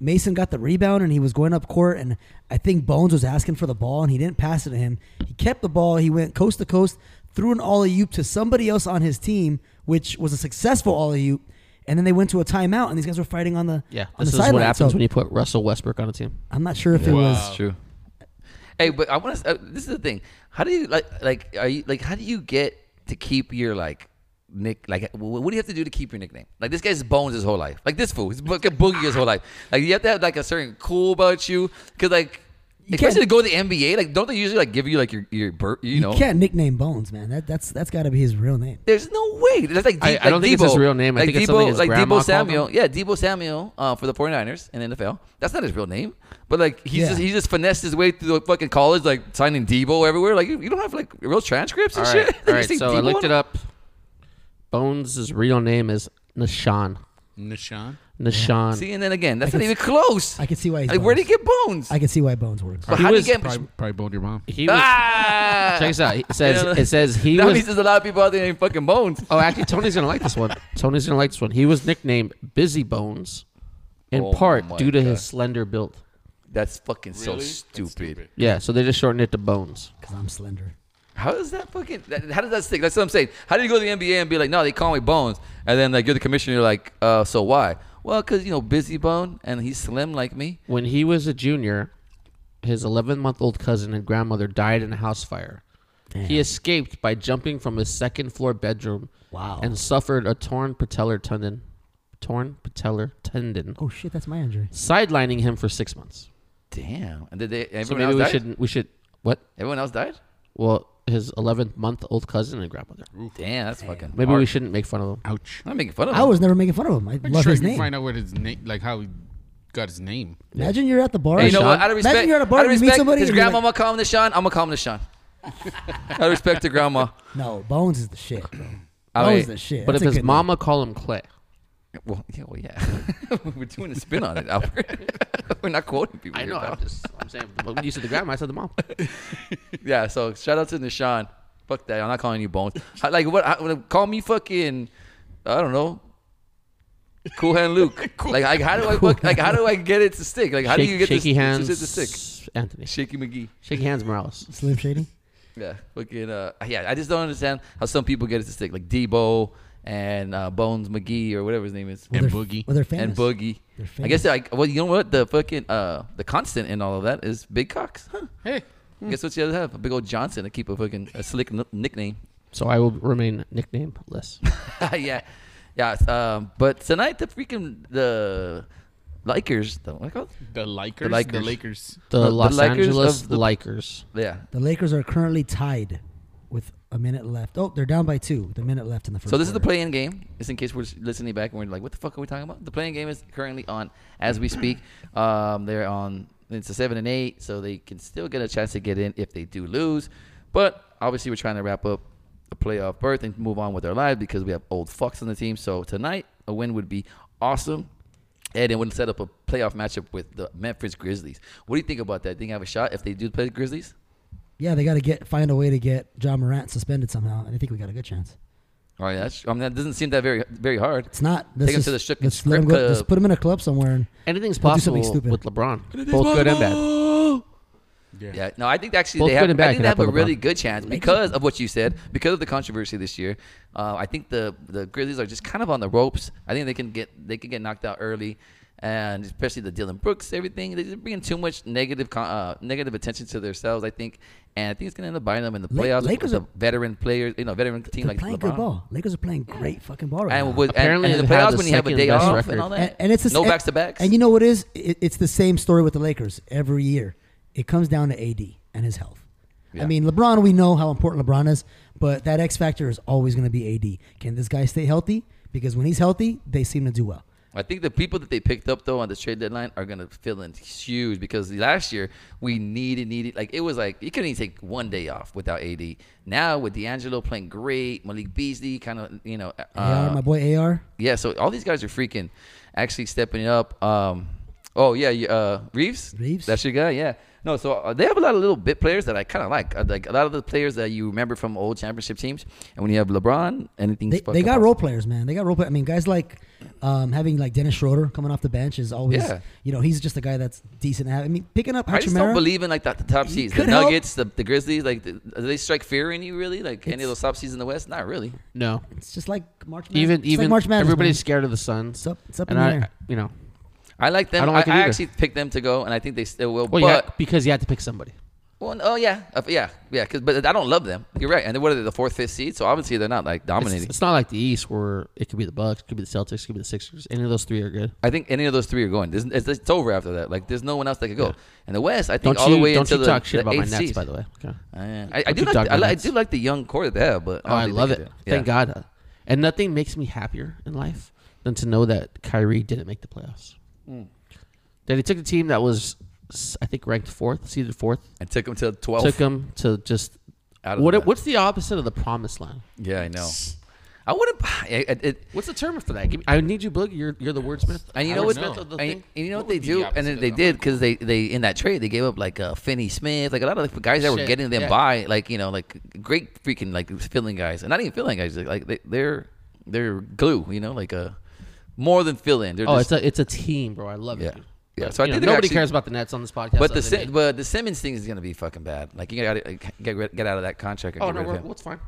C: Mason got the rebound and he was going up court, and I think Bones was asking for the ball and he didn't pass it to him. He kept the ball. He went coast to coast, threw an alley oop to somebody else on his team, which was a successful alley oop. And then they went to a timeout, and these guys were fighting on the
D: Yeah,
C: on
D: this
C: the
D: is what
C: sideline.
D: happens
C: So
D: when you put Russell Westbrook on a team.
C: I'm not sure if it
E: Wow.
C: was.
B: That's true. Hey, but I want to. Uh, this is the thing. How do you like? Like, are you like? How do you get to keep your like? Nick, like, wh- what do you have to do to keep your nickname? Like, this guy's bones his whole life. Like, this fool, he's fucking boogie his whole life. Like, you have to have like a certain cool about you, because like,
C: can't-
B: especially to go to the NBA, like, don't they usually like give you like your your birth? You,
C: You
B: know,
C: can't nickname Bones, man. That that's that's got to be his real name.
B: there's no way. That's like,
D: I-
B: Deep-
D: I don't
B: like
D: think
B: Debo.
D: it's his real name. I
B: like
D: think it's
B: Debo,
D: something his
B: like
D: grandma
B: Debo
D: called
B: Samuel. Yeah, Debo Samuel uh, for the 49ers in NFL. That's not his real name. But like he's
C: Yeah.
B: just, he just finessed his way through the fucking college, like signing Debo everywhere. Like you, you don't have like real transcripts and
D: All
B: shit.
D: right,
B: You
D: all right.
B: see
D: So I
B: Debo
D: looked
B: on
D: it up. Bones' real name is Nishan.
E: Nishan.
D: Nishan.
B: See, and then again, that's not even close.
C: I can see why he's
B: Like, where do you get bones?
C: I can see why Bones works.
B: but
D: He
B: how do you
D: was
B: get?
E: Probably, probably boned your mom.
D: he was,
B: ah!
D: check this out. It says
B: You know,
D: it says he
B: that
D: was.
B: means there's a lot of people out there named fucking bones.
D: oh, actually, Tony's gonna like this one. Tony's gonna like this one. He was nicknamed Busy Bones, in
B: Oh my
D: part due to
B: God.
D: his slender build.
B: That's fucking so
E: Really? That's
B: stupid.
D: Yeah, so they just shortened it to Bones.
C: Because I'm slender.
B: How does that fucking? That, how does that stick? That's what I'm saying. How do you go to the NBA and be like, no, they call me Bones, and then like you're the commissioner, you're like, uh, so why? Well, cause you know, busy bone, and he's slim like me.
D: When he was a junior, his 11 month old cousin and grandmother died in a house fire. He escaped by jumping from his second floor bedroom
C: Wow.
D: and suffered a torn patellar tendon. Torn patellar tendon,
C: Oh shit, that's my injury.
D: sidelining him for six months.
B: Damn. And did they?
D: So
B: Everyone
D: maybe
B: else
D: we
B: died.
D: should we should what?
B: Everyone else died.
D: Well, his 11 month old cousin and grandmother.
B: Damn, that's fucking.
D: Maybe
B: hard.
D: we shouldn't make fun of him.
E: Ouch.
B: I'm not making fun of.
C: I
B: him.
C: was never making fun of him. I
E: I'm
C: love
E: sure
C: his
E: you
C: name.
E: find out what his name, like how he got his name.
C: Imagine you're at the bar.
B: Hey, you know
D: Sean.
B: what? Out of respect,
C: Imagine you're at a bar
B: out of
C: and you meet
B: respect,
C: somebody
B: his
C: and you're like-
B: grandmama call him the Sean. I'm gonna call him the Sean. out of respect to grandma.
C: No, Bones is the shit. Bro.
B: I
C: Bones
B: mean,
C: is the shit.
D: But
C: That's
D: if
C: a
D: his
C: good
D: mama called him Clay,
B: Well, yeah, well, yeah. We're doing a spin on it, Albert. We're not quoting people.
D: I
B: here,
D: know.
B: pal.
D: I'm just. I'm saying. When you said the grandma, I said the mom.
B: Yeah. So shout out to Nishan. Fuck that. I'm not calling you Bones. I- like what? I, call me fucking. I don't know. Cool hand Luke. like, like how do I fuck, like how do I get it to stick? Like how do you get
D: shaky
B: this,
D: hands?
B: this shit to stick?
D: Anthony.
B: Shaky McGee.
D: Shaky hands, Morales.
C: Slim Shady.
B: Yeah, fucking. Uh, yeah, I just don't understand how some people get it to stick, like Debo and uh, Bones McGee or whatever his name is,
E: And
C: they're-
E: Boogie.
C: Well, they're famous.
B: and Boogie.
C: They're
B: I guess
C: famous.
B: like well, you know what the fucking uh the constant in all of that is big cocks. Huh.
E: Hey,
C: Hmm.
B: Guess what you have to have a big old Johnson to keep a fucking a slick n- nickname.
D: So I will remain nickname less.
B: yeah, yeah. Um, but tonight the freaking the Lakers, the what are they called?
E: the Lakers.
B: Lakers.
E: Lakers.
D: The
B: The- the
D: Los
B: Lakers
D: Angeles
B: of the-
D: Lakers.
B: Yeah.
C: The Lakers are currently tied with a minute left. Oh, they're down by two. with a minute left in the first.
B: So this is the
C: quarter.
B: play-in game. Just in case we're listening back and we're like, "What the fuck are we talking about?" The play-in game is currently on as we speak. Um, they're on. It's a seven and eight, so they can still get a chance to get in if they do lose. But obviously, we're trying to wrap up a playoff berth and move on with our lives because we have old fucks on the team. So tonight, a win would be awesome, and it would set up a playoff matchup with the Memphis Grizzlies. What do you think about that? Think I have a shot if they do play the Grizzlies?
C: Yeah, they got to get find a way to get John Morant suspended somehow, and I think we got a good chance.
B: All right, that's, I mean, that doesn't seem that very very hard.
C: It's not.
B: Take
C: Let's
B: him
C: just,
B: to the strip-
C: let's let him
B: strip
C: go,
B: club.
C: Just put him in a club somewhere. And
D: Anything's
C: We'll do something
D: possible
C: stupid.
D: with LeBron. Both good and bad.
B: Yeah, no, I think actually
D: Both
B: they
D: good
B: have.
D: and bad
B: I think
D: can
B: they have a
D: happen,
B: really
D: LeBron.
B: good chance because of what you said, because of the controversy this year. Uh, I think the the Grizzlies are just kind of on the ropes. I think they can get they can get knocked out early, and especially the Dylan Brooks, everything. They're just bringing too much negative con- uh, negative attention to themselves. I think, and I think it's gonna end up biting them in the
C: La-
B: playoffs.
C: Lakers
B: Lakers with
C: are-
B: a veteran players, you know, veteran team
C: they're
B: like
C: playing
B: LeBron.
C: good ball. Lakers are playing great fucking ball right now.
B: And with
D: Apparently
B: and, and in
D: they
B: the
D: have
B: playoffs
D: the
B: when you have a
D: second
B: day
D: best
B: off
D: record.
B: and all that,
C: and, and it's the,
B: no
C: and-
B: backs to backs.
C: And you know what is? It, it's the same story with the Lakers every year. It comes down to AD and his health. I
B: Yeah.
C: mean, LeBron, we know how important LeBron is, but that X factor is always going to be AD. Can this guy stay healthy? Because when he's healthy, they seem to do well.
B: I think the people that they picked up though on the trade deadline are gonna fill in huge because last year we needed needed like it was like you couldn't even take one day off without AD. Now with D'Angelo playing great, Malik Beasley kind of you know
C: AR,
B: uh,
C: my boy AR.
B: yeah. So all these guys are freaking actually stepping up. Um, oh yeah, you- uh, Reeves.
C: Reeves?
B: That's your guy. Yeah. No, so uh, they have a lot of little bit players that I kind of like. Uh, Like a lot of the players that you remember from old championship teams. And when you have LeBron, anything's
C: They, they
B: fucking
C: got
B: possible.
C: role players, man. They got role players. I mean, guys like um, having like Dennis Schroeder coming off the bench is always,
B: Yeah.
C: you know, he's just a guy that's decent. to have. I mean, picking up
B: I just don't
C: Hachimura,
B: believe in like the, the top seeds. The
C: could help.
B: Nuggets, the, the Grizzlies, like the, do they strike fear in you really? Like any
C: It's-
B: of those top seeds in the West? Not really.
D: No.
C: it's just like March Madness.
D: Even
C: It's like
D: even
C: March Madness,
D: everybody's
C: man.
D: scared of the Suns.
C: It's up- it's up
D: and
C: in the
D: I,
C: air.
D: you know.
B: I like them.
D: I
B: I,
D: don't like it
B: I
D: either.
B: actually picked them to go, and I think they still will.
D: Well, you
B: but
D: got, because you had to pick somebody.
B: well, oh yeah, Uh, yeah, yeah. 'cause- but I don't love them. You're right. And then what are they? The fourth, fifth seed. So obviously they're not like
D: It's,
B: dominating.
D: it's not like the East where it could be the Bucks, could be the Celtics, could be the Sixers. Any of those three are good.
B: I think any of those three are going. There's, it's, it's over after that. Like there's no one else that could go. And the West, I think
D: Don't
B: all
D: you
B: the way
D: don't
B: into
D: you
B: the,
D: talk shit
B: the
D: about my
B: eighth
D: Nets,
B: seed.
D: by the way. Okay.
B: Uh, I, I
D: Don't
B: do
D: you
B: like
D: talk
B: the, I,
D: my
B: li- I
D: Nets.
B: do like the young core that they have, but
D: Oh,
B: don't
D: I
B: think they
D: love
B: could
D: it.
B: do
D: Thank
B: Yeah.
D: God. And nothing makes me happier in life than to know that Kyrie didn't make the playoffs. That he took a team that was, s- I think, ranked fourth, seeded fourth,
B: And took them to
D: took
B: twelve.
D: him to just.
B: Out of
D: What,
B: the-
D: what's the opposite of the promised land?
B: Yeah, I know. I wouldn't. I- I- it,
D: What's the term for that? Give me, I need you, Blug. You're, you're the wordsmith.
B: And you
D: I
B: know e,
D: was
B: what?
D: meant to-
B: And,
D: the
B: and
D: thing-
B: you know what
E: would
B: they
E: be
B: do,
E: the
B: and then
E: opposite
B: they
E: of
B: did because they they in that trade they gave up like uh, Finney Smith, like a lot of the guys that were
D: Shit,
B: getting them
D: yeah.
B: by, like you know, like great freaking like filling guys, and not even filling guys, like they, they're they're glue, you know, like uh, more than fill in. They're
D: Oh,
B: just,
D: it's a it's a team, bro. I love
B: Yeah.
D: it. dude.
B: Yeah,
D: But,
B: so I
D: you
B: think
D: know,
B: they're
D: nobody
B: actually-
D: cares about the Nets on this podcast.
B: but the
D: other than
B: Sim,
D: me.
B: but the Simmons thing is gonna be fucking bad. Like you gotta uh, get rid- get out of that contract. Or
D: oh
B: get rid
D: no,
B: of
D: we're,
B: him.
D: what's fine.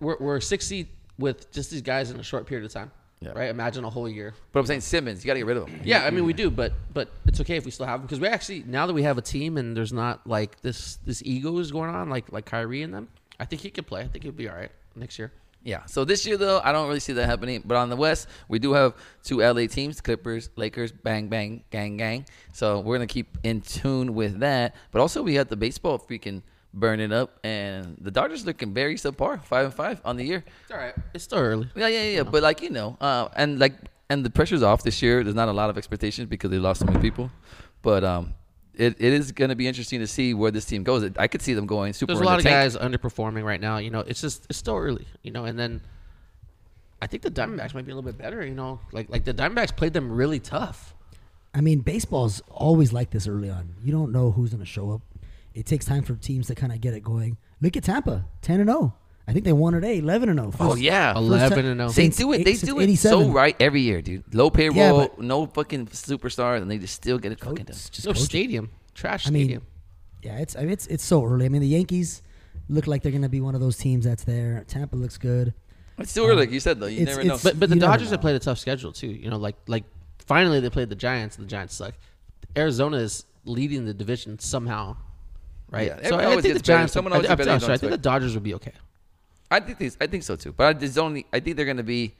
D: We're we're sixty with just these guys in a short period of time.
B: Yeah.
D: Right? Imagine a whole year.
B: But I'm saying Simmons, you gotta get rid of him.
D: Yeah, I mean we do, but but it's okay if we still have them because we actually now that we have a team and there's not like this this ego is going on like like Kyrie and them. I think he could play. I think he'll be all right next year.
B: Yeah. So this year though, I don't really see that happening. But on the West, we do have two LA teams, Clippers, Lakers, bang bang, gang gang. So we're gonna keep in tune with that. But also we got the baseball freaking burning up and the Dodgers looking very subpar, five and five on the year.
D: It's all right. It's still early.
B: Yeah, yeah, yeah. But like, you know, uh, and like and the pressure's off this year. There's not a lot of expectations because they lost so many people. But um it, it is going to be interesting to see where this team goes. I could see them going super.
D: There's a
B: in the
D: lot of
B: tank.
D: guys underperforming right now. You know, it's just it's still early. You know, and then I think the Diamondbacks might be a little bit better. You know, like like the Diamondbacks played them really tough.
C: I mean, baseball's always like this early on. You don't know who's going to show up. It takes time for teams to kind of get it going. Look at Tampa, ten and zero. I think they won today, eleven and zero.
B: Oh yeah,
D: Ele- 11 and 0.
B: they
C: since
B: do it.
C: eight-
B: They
C: since
B: do it so
C: 87.
B: right every year, dude. Low payroll,
C: Yeah, but-
B: no fucking superstars, and they just still get it fucking done.
C: It's just
D: no
C: coaching.
D: stadium, trash
C: I mean,
D: stadium.
C: yeah, it's I mean, it's it's so early. I mean, the Yankees look like they're going to be one of those teams that's there. Tampa looks good.
B: It's still early, like you said though. You
C: it's-
B: never know.
C: it's-
B: But
D: But but the
C: you never
D: Dodgers have
C: know.
D: played a tough schedule too. You know, like like finally they played the Giants and the Giants suck. Arizona is leading the division somehow, right?
B: Yeah, everyone always gets better. Someone
D: I,
B: always
D: I,
B: gets better
D: I'm
B: than
D: sorry, I think the
B: expected.
D: Dodgers would be okay.
B: I think these, I think so too. But I just only I think they're gonna be.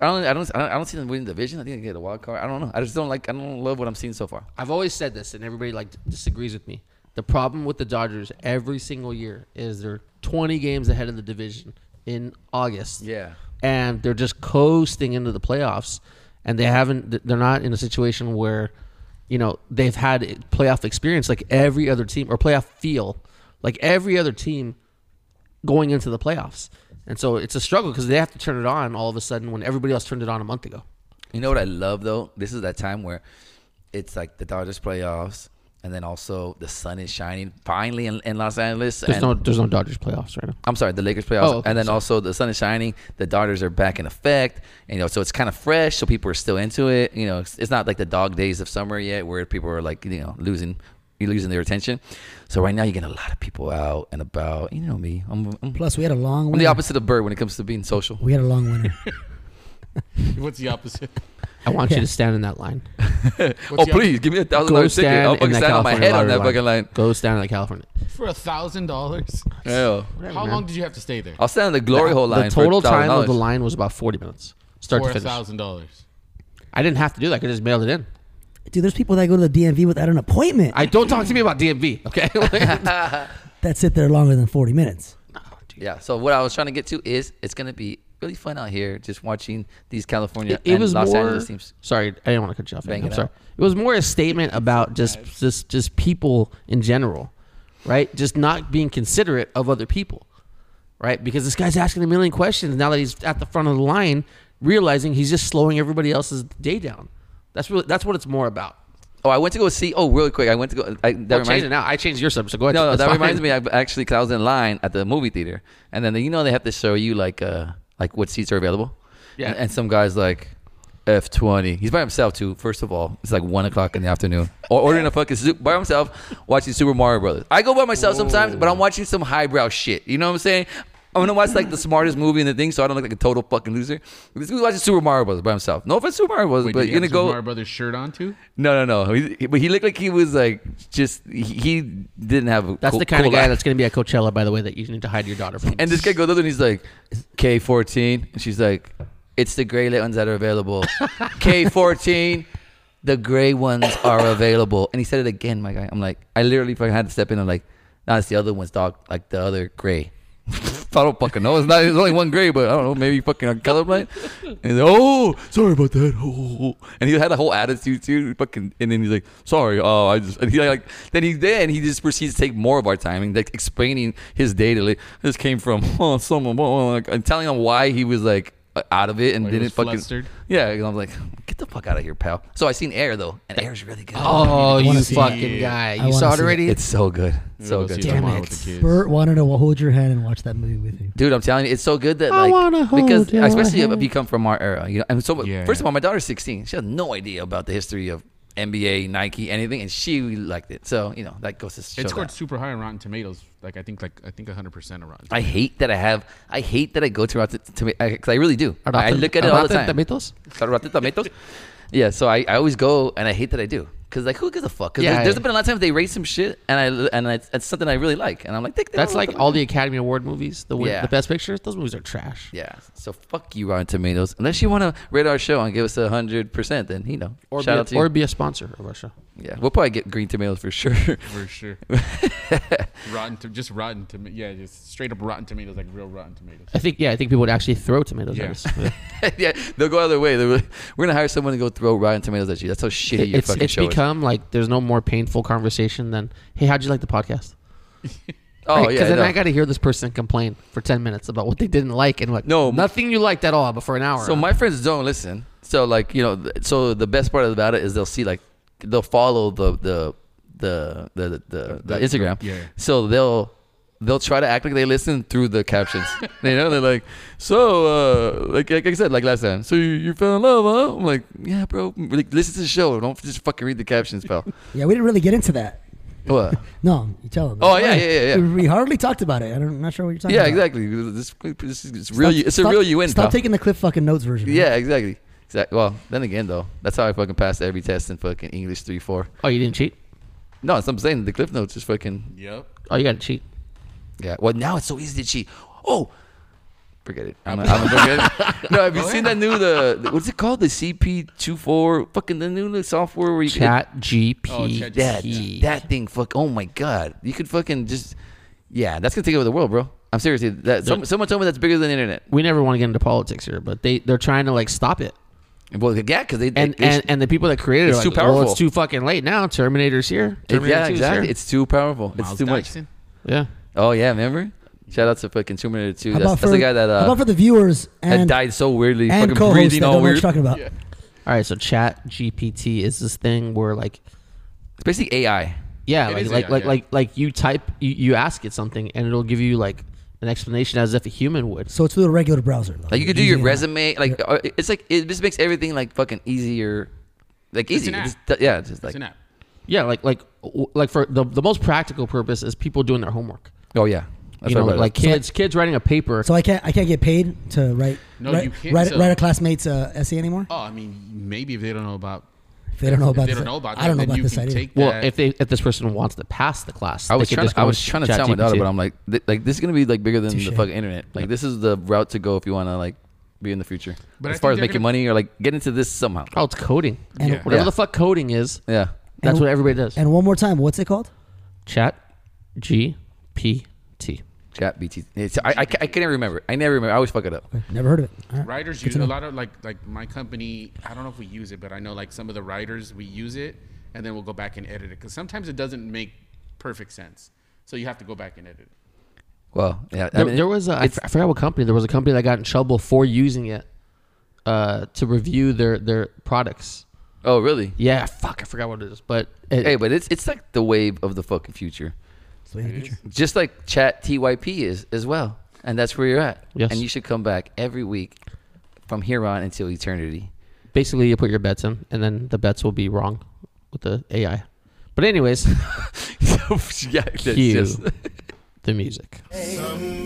B: I don't, I don't I don't I don't see them winning the division. I think they get a wild card. I don't know. I just don't like I don't love what I'm seeing so far.
D: I've always said this, and everybody like disagrees with me. The problem with the Dodgers every single year is they're 20 games ahead of the division in August.
B: Yeah.
D: and they're just coasting into the playoffs, and they haven't. They're not in a situation where, you know, they've had playoff experience like every other team or playoff feel, like every other team going into the playoffs. And so it's a struggle because they have to turn it on all of a sudden when everybody else turned it on a month ago.
B: You know what I love though? This is that time where it's like the Dodgers playoffs, and then also the sun is shining finally in, in Los Angeles.
D: There's
B: and-
D: no, there's no Dodgers playoffs right now.
B: I'm sorry, the Lakers playoffs,
D: Oh, okay,
B: and then
D: sorry.
B: also the sun is shining. The Dodgers are back in effect, and you know, so it's kind of fresh. So people are still into it. You know, it's, it's not like the dog days of summer yet, where people are like, you know, losing, you're losing their attention. So right now, you get a lot of people out and about. You know me, I'm, I'm,
C: Plus, we had a long.
B: I'm
C: winter.
B: the opposite of Bird when it comes to being social.
C: We had a long winter.
E: What's the opposite?
D: I want
C: Yeah.
D: you to stand in that line.
B: oh
E: What's the
B: please, give me a thousand dollar ticket. I'll fucking stand on my head on that fucking line.
D: Go stand in the California.
E: opposite? For a thousand dollars.
B: Yeah.
E: How long did you have to stay there?
B: I'll stand on the glory hole line.
D: The
B: for
D: total time of
B: $1,000.
D: the line was about 40 minutes, start
E: For
D: to
E: a
D: finish.
E: thousand dollars.
D: I didn't have to do that. I could just mailed it in.
C: Dude, there's people that go to the DMV without an appointment
D: I don't talk to me about DMV, okay? Like-
C: that sit there longer than 40 minutes.
B: Yeah. So what I was trying to get to is it's gonna be really fun out here, just watching these California
D: it, it
B: and
D: was
B: Los
D: more.
B: Angeles teams.
D: Sorry, I didn't want to cut you off.
B: Bang
D: Andy, I'm
B: it
D: sorry.
B: out.
D: It was more a statement about just just just people in general, right? Just not being considerate of other people, right? Because this guy's asking a million questions now that he's at the front of the line, realizing he's just slowing everybody else's day down. That's really that's what it's more about.
B: Oh, I went to go see. Oh, really quick, I went to go. I, that
D: That
B: reminds
D: change it now. I changed your subject, so go ahead.
B: No, no,
D: It's
B: that
D: fine.
B: reminds me. I actually, because I was in line at the movie theater, and then you know they have to show you like uh like what seats are available.
D: Yeah.
B: And, and some guys like F twenty. He's by himself too. First of all, it's like one o'clock in the afternoon, or ordering a fucking soup by himself, watching Super Mario Brothers. I go by myself sometimes, but I'm watching some highbrow shit. You know what I'm saying? I'm gonna watch like the smartest movie in the thing, so I don't look like a total fucking loser. This dude's watching Super Mario Brothers by himself. No offense, to Super Mario Brothers,
E: Wait,
B: but
E: did
B: you're gonna
E: you have go
B: go.
E: Mario Brothers shirt on too?
B: No, no, no. He, he- but he looked like he was like just he- he didn't have. A
D: That's
B: cool-
D: the kind
B: cool
D: of guy
B: life.
D: that's going to be at Coachella, by the way, that you need to hide your daughter from.
B: And this guy goes over and he's like, K fourteen, and she's like, it's the gray ones that are available. K fourteen, the gray ones are available. And he said it again, my guy. I'm like, I literally fucking had to step in. I'm like, no, it's the other ones, dog. Like the other gray. I don't fucking know. It's not. There's only one gray, but I don't know. Maybe fucking I'm colorblind. And he's like, oh, sorry about that. Oh, and he had a whole attitude too. Fucking, and then he's like, sorry. Oh, I just. And he like then he then he just proceeds to take more of our time and like explaining his day to like this came from oh someone oh, like, and telling him why he was like uh, out of it and
E: Why he
B: didn't
E: was
B: fucking.
E: flustered?
B: Yeah, and I'm like, get the fuck out of here, pal. So I seen Air though, and Air's really good.
D: Oh,
C: wanna
D: you
C: see
D: fucking
E: it.
D: guy!
C: I
D: You
C: wanna
D: saw it
C: see it.
D: already.
B: it's so good,
E: We're
B: so
E: gonna
B: good.
E: see it
C: Damn
E: tomorrow
C: it.
E: with the kids.
C: Bert wanted to hold your hand and watch that movie with you.
B: Dude, I'm telling you, it's so good that
D: I
B: like
D: wanna hold
B: because
D: your
B: especially if
D: hand.
B: you come from our era, you know. And so
E: Yeah.
B: first of all, my daughter's 16; she has no idea about the history of NBA, Nike, anything, and she liked it. So you know that goes to show.
E: It scored
B: that.
E: super high on Rotten Tomatoes. Like I think like I think 100 percent on Rotten.
B: I hate that I have. I hate that I go to Rotten Tomatoes because I really do. I
D: Rotten-
B: look at it all the
D: Rotten
B: time.
D: Tomatoes?
B: Rotten Tomatoes. Yeah, so I, I always go and I hate that I do because like who gives a fuck? Because
D: Yeah,
B: there, has
D: yeah.
B: been a lot of times they rate some shit and I and it's, it's something I really like and I'm like "Take that
D: That's
B: Rotten
D: like all the Academy Award movies. The win,
B: Yeah.
D: the best pictures. Those movies are trash.
B: Yeah. So fuck you, Rotten Tomatoes. Unless you want to rate our show and give us a hundred percent, then you know.
D: Or
B: shout
D: be,
B: out to
D: or
B: you.
D: be a sponsor of our show.
B: yeah, we'll probably get green tomatoes for sure.
E: for sure. rotten, to, just rotten tomatoes. Yeah, just straight up rotten tomatoes, like real rotten tomatoes.
D: I think yeah. I think people would actually throw tomatoes
E: Yeah.
D: at us. It-
B: yeah, they'll go out of their way. They'll be like, We're gonna hire someone to go throw Rotten Tomatoes at you. That's how shitty your
D: it's
B: fucking
D: it's
B: show
D: become like there's no more painful conversation than hey how'd you like the podcast?
B: is. Oh, yeah,
D: Because then
B: no.
D: I got to hear this person complain for ten minutes about what they didn't like and what.
B: No, m-
D: nothing you liked at all, but for an hour.
B: So my friends don't listen. So like you know, th- so the best part about it is they'll see like they'll follow the the the the the, the,
E: The-
B: Instagram.
E: yeah, yeah.
B: So they'll they'll try to act like they listen through the captions. you know, they're like, so uh, like, like I said, like last time. So you, you fell in love, huh? I'm like, yeah, bro. Like, listen to the show. Don't just fucking read the captions, pal.
C: Yeah, we didn't really get into that.
B: what?
C: No, you tell them.
B: Oh, yeah, yeah, yeah, yeah.
C: We, we hardly talked about it. I don't, I'm not sure what you're talking
B: Yeah,
C: about.
B: exactly. This, this is it's real. it's a
C: stop,
B: real UN.
C: Stop
B: pal.
C: taking the Cliff fucking notes version.
B: Yeah, exactly. Exactly. Well, then again, though, that's how I fucking passed every test in fucking English three four.
D: oh, you didn't cheat.
B: No, that's what I'm saying. The Cliff Notes is fucking
E: Yep.
D: Oh, you got to cheat.
B: yeah. Well, now it's so easy to cheat. Oh, forget it. I'm, I'm gonna forget it. No,
D: Oh,
B: have you seen that new the the- what's it called the CP 24 fucking the new software where you can-
D: Chat GP.
E: Oh, Chat
B: that
E: GPT.
B: that thing fuck oh my god you could fucking just yeah that's gonna take over the world, bro. I'm seriously that some, someone told me that's bigger than the internet.
D: We never want to get into politics here, but they they're trying to like stop it.
B: Well, yeah, because they
D: And
B: they-
D: and, and the people that created
B: It's
D: it are
B: too
D: like, well,
B: powerful.
D: it's too fucking late now. Terminator's here.
B: it-
D: Terminator
B: yeah
D: 2 is
B: exactly
D: here.
B: it's too powerful it's
E: Miles
B: too much.
E: Dixon.
D: yeah.
B: Oh yeah, remember? Shout out to fucking Terminator 2.
C: How
B: That's,
C: about
B: that's
C: for,
B: the guy that
C: how
B: uh,
C: about for the viewers
B: that
C: and
B: died so weirdly,
C: and
B: fucking
C: co-hosts that
B: breathing
C: don't
B: all
C: know what
B: weird.
C: you're talking about?
D: All right. So Chat GPT is this thing where like
B: It's basically AI.
D: Yeah,
E: It
D: like
E: is
D: like,
E: AI,
D: like
E: yeah.
D: like like you type you, you ask it something and it'll give you like an explanation as if a human would.
C: So it's through the regular browser.
B: Like you could do your
C: Yeah.
B: resume. Like uh, it's like it just makes everything like fucking easier, like
E: It's
B: easy.
E: an app.
B: Just, th- yeah, just like
E: It's an app.
D: Yeah, like like w- like for the the most practical purpose is people doing their homework.
B: oh yeah, that's
D: you know,
B: what I
D: like
B: like.
D: kids kids writing a paper.
C: So I can't I can't get paid to write
E: No,
C: write,
E: you can't,
C: write,
E: so-
C: write a classmate's uh, essay anymore.
E: Oh, I mean, maybe if they don't know about,
C: If they don't know
E: if
C: about
E: they
C: this,
E: don't know about, that,
C: I don't know
E: then
C: about
E: you
C: this
E: can
C: idea.
E: take
D: well,
E: that.
D: if they if this person wants to pass the class,
B: I was
D: they could
B: trying.
D: just
B: To,
D: go
B: I
D: on
B: was trying to tell my
D: ChatGPT.
B: daughter, but I'm like, th- like this is gonna be like bigger than the
C: Touche.
B: fucking internet. Like this is the route to go if you want to like be in the future.
E: But I
B: as far
E: think
B: as
E: they're
B: making
E: gonna-
B: money or like get into this somehow.
D: oh, it's coding.
C: And,
E: Yeah.
D: Whatever
B: Yeah.
D: the fuck coding is,
B: Yeah,
D: that's
C: And-
D: what everybody does.
C: and one more time, what's it called?
D: Chat GPT.
B: chat BT. It's, I, I ca- I can't remember. I never remember. I always fuck it up.
C: Okay, Never heard of it. All right.
E: writers
C: Good
E: use
C: to
E: a
C: know.
E: lot of like like my company. I don't know if we use it, but I know like some of the writers we use it, and then we'll go back and edit it because sometimes it doesn't make perfect sense. So you have to go back and edit it.
B: Well, yeah. I
D: There,
B: mean,
D: there was a, I,
B: it's-
D: f- I forgot what company. There was a company that got in trouble for using it uh, to review their their products.
B: oh really?
D: Yeah, fuck, I forgot what it is, but it,
B: Hey, but it's it's like the wave of the fucking future.
C: So, yeah, future.
B: Just like chat TYP is as well. And that's where you're at.
D: Yes.
B: And you should come back every week from here on until eternity.
D: basically you put your bets in, and then the bets will be wrong with the AI. But anyways,
B: yeah, that's
D: cue
B: just-
D: the music.
A: Some